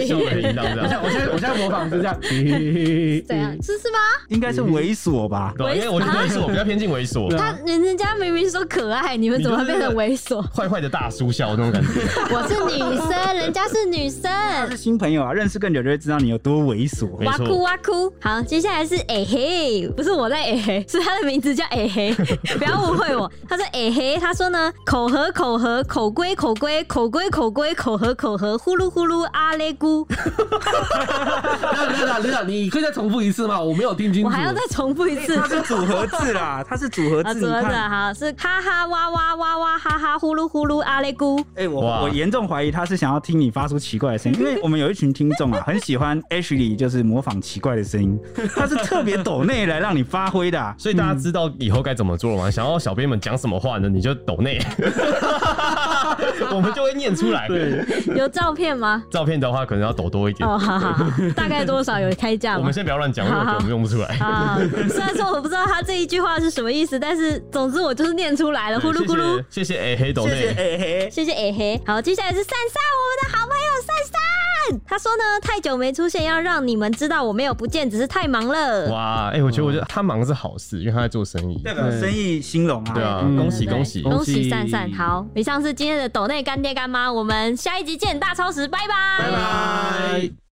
Speaker 4: 笑得很淫荡这样。
Speaker 3: 我现在我现在模仿是这 样，
Speaker 2: 怎样？这是吗？
Speaker 1: 应该是猥琐吧？
Speaker 4: 对，啊因为我觉得猥琐比较偏近猥琐，
Speaker 2: 他人人家明明说可爱，你们怎么变得猥琐？
Speaker 4: 坏坏的大叔笑那种 感觉。
Speaker 2: 我是女生，人家是女生。
Speaker 1: 他是新朋友啊，认识更久就会知道你有多猥琐。
Speaker 4: 没
Speaker 2: 哇
Speaker 4: 错
Speaker 2: 哭哇哭！好，接下来是诶、嘿，不是我在诶、哎嘿，是他的名字叫诶、 嘿，不要误会我。他说诶、嘿，他说呢，口和口和，口归口归，口归口归，口和口和，呼噜呼噜阿嘞咕。
Speaker 3: 那那那那，你可以再重复一次吗？我没有听清楚。
Speaker 2: 我还要再重复一 次。
Speaker 1: 它是组合字啦，它是组合
Speaker 2: 啊，
Speaker 1: 字。
Speaker 2: 怎么
Speaker 1: 你
Speaker 2: 的？
Speaker 1: 看，
Speaker 2: 好，是哈哈哇哇哇哇哈哈呼噜呼噜阿嘞咕。
Speaker 1: 哎、我
Speaker 4: 哇
Speaker 1: 我严重怀疑他是想要听你发出奇怪的声音，因为我们有一群听众啊，很喜欢 Ashley，就是模仿奇怪的声音，他是特别抖内来让你发挥的啊、
Speaker 4: 所以大家知道以后该怎么做了吗？想要小编们讲什么话呢？你就 抖内，我们就会念出来。
Speaker 2: 有照片吗？
Speaker 4: 照片的话，可能要抖多一点。
Speaker 2: 哦，好好好，大概多少有开价
Speaker 4: 我
Speaker 2: 吗
Speaker 4: 们？先不要乱讲，因为我觉得我们用不出来。
Speaker 2: 啊，虽然说我不知道他这一句话是什么意思，但是总之我就是念出来了，
Speaker 4: 对
Speaker 2: 呼噜咕噜。，
Speaker 4: 谢谢谢谢哎黑抖
Speaker 1: 谢谢
Speaker 4: 内，
Speaker 1: 哎嘿，
Speaker 2: 谢谢诶嘿，好，接下来是珊珊，我们的好朋友珊珊，他说呢，太久没出现，要让你们知道我没有不见，只是太忙了。
Speaker 4: 哇，哎，我觉得我觉得他忙是好事，因为他在做生意。
Speaker 1: 代表生意兴隆啊。
Speaker 4: 对啊，
Speaker 3: 嗯
Speaker 4: 恭喜
Speaker 2: 对
Speaker 4: 恭喜！
Speaker 2: 恭
Speaker 3: 恭
Speaker 2: 喜
Speaker 3: 喜
Speaker 2: 珊珊！好，以上是今天的抖内干爹干妈，我们下一集见，大超时，拜拜
Speaker 3: 拜拜。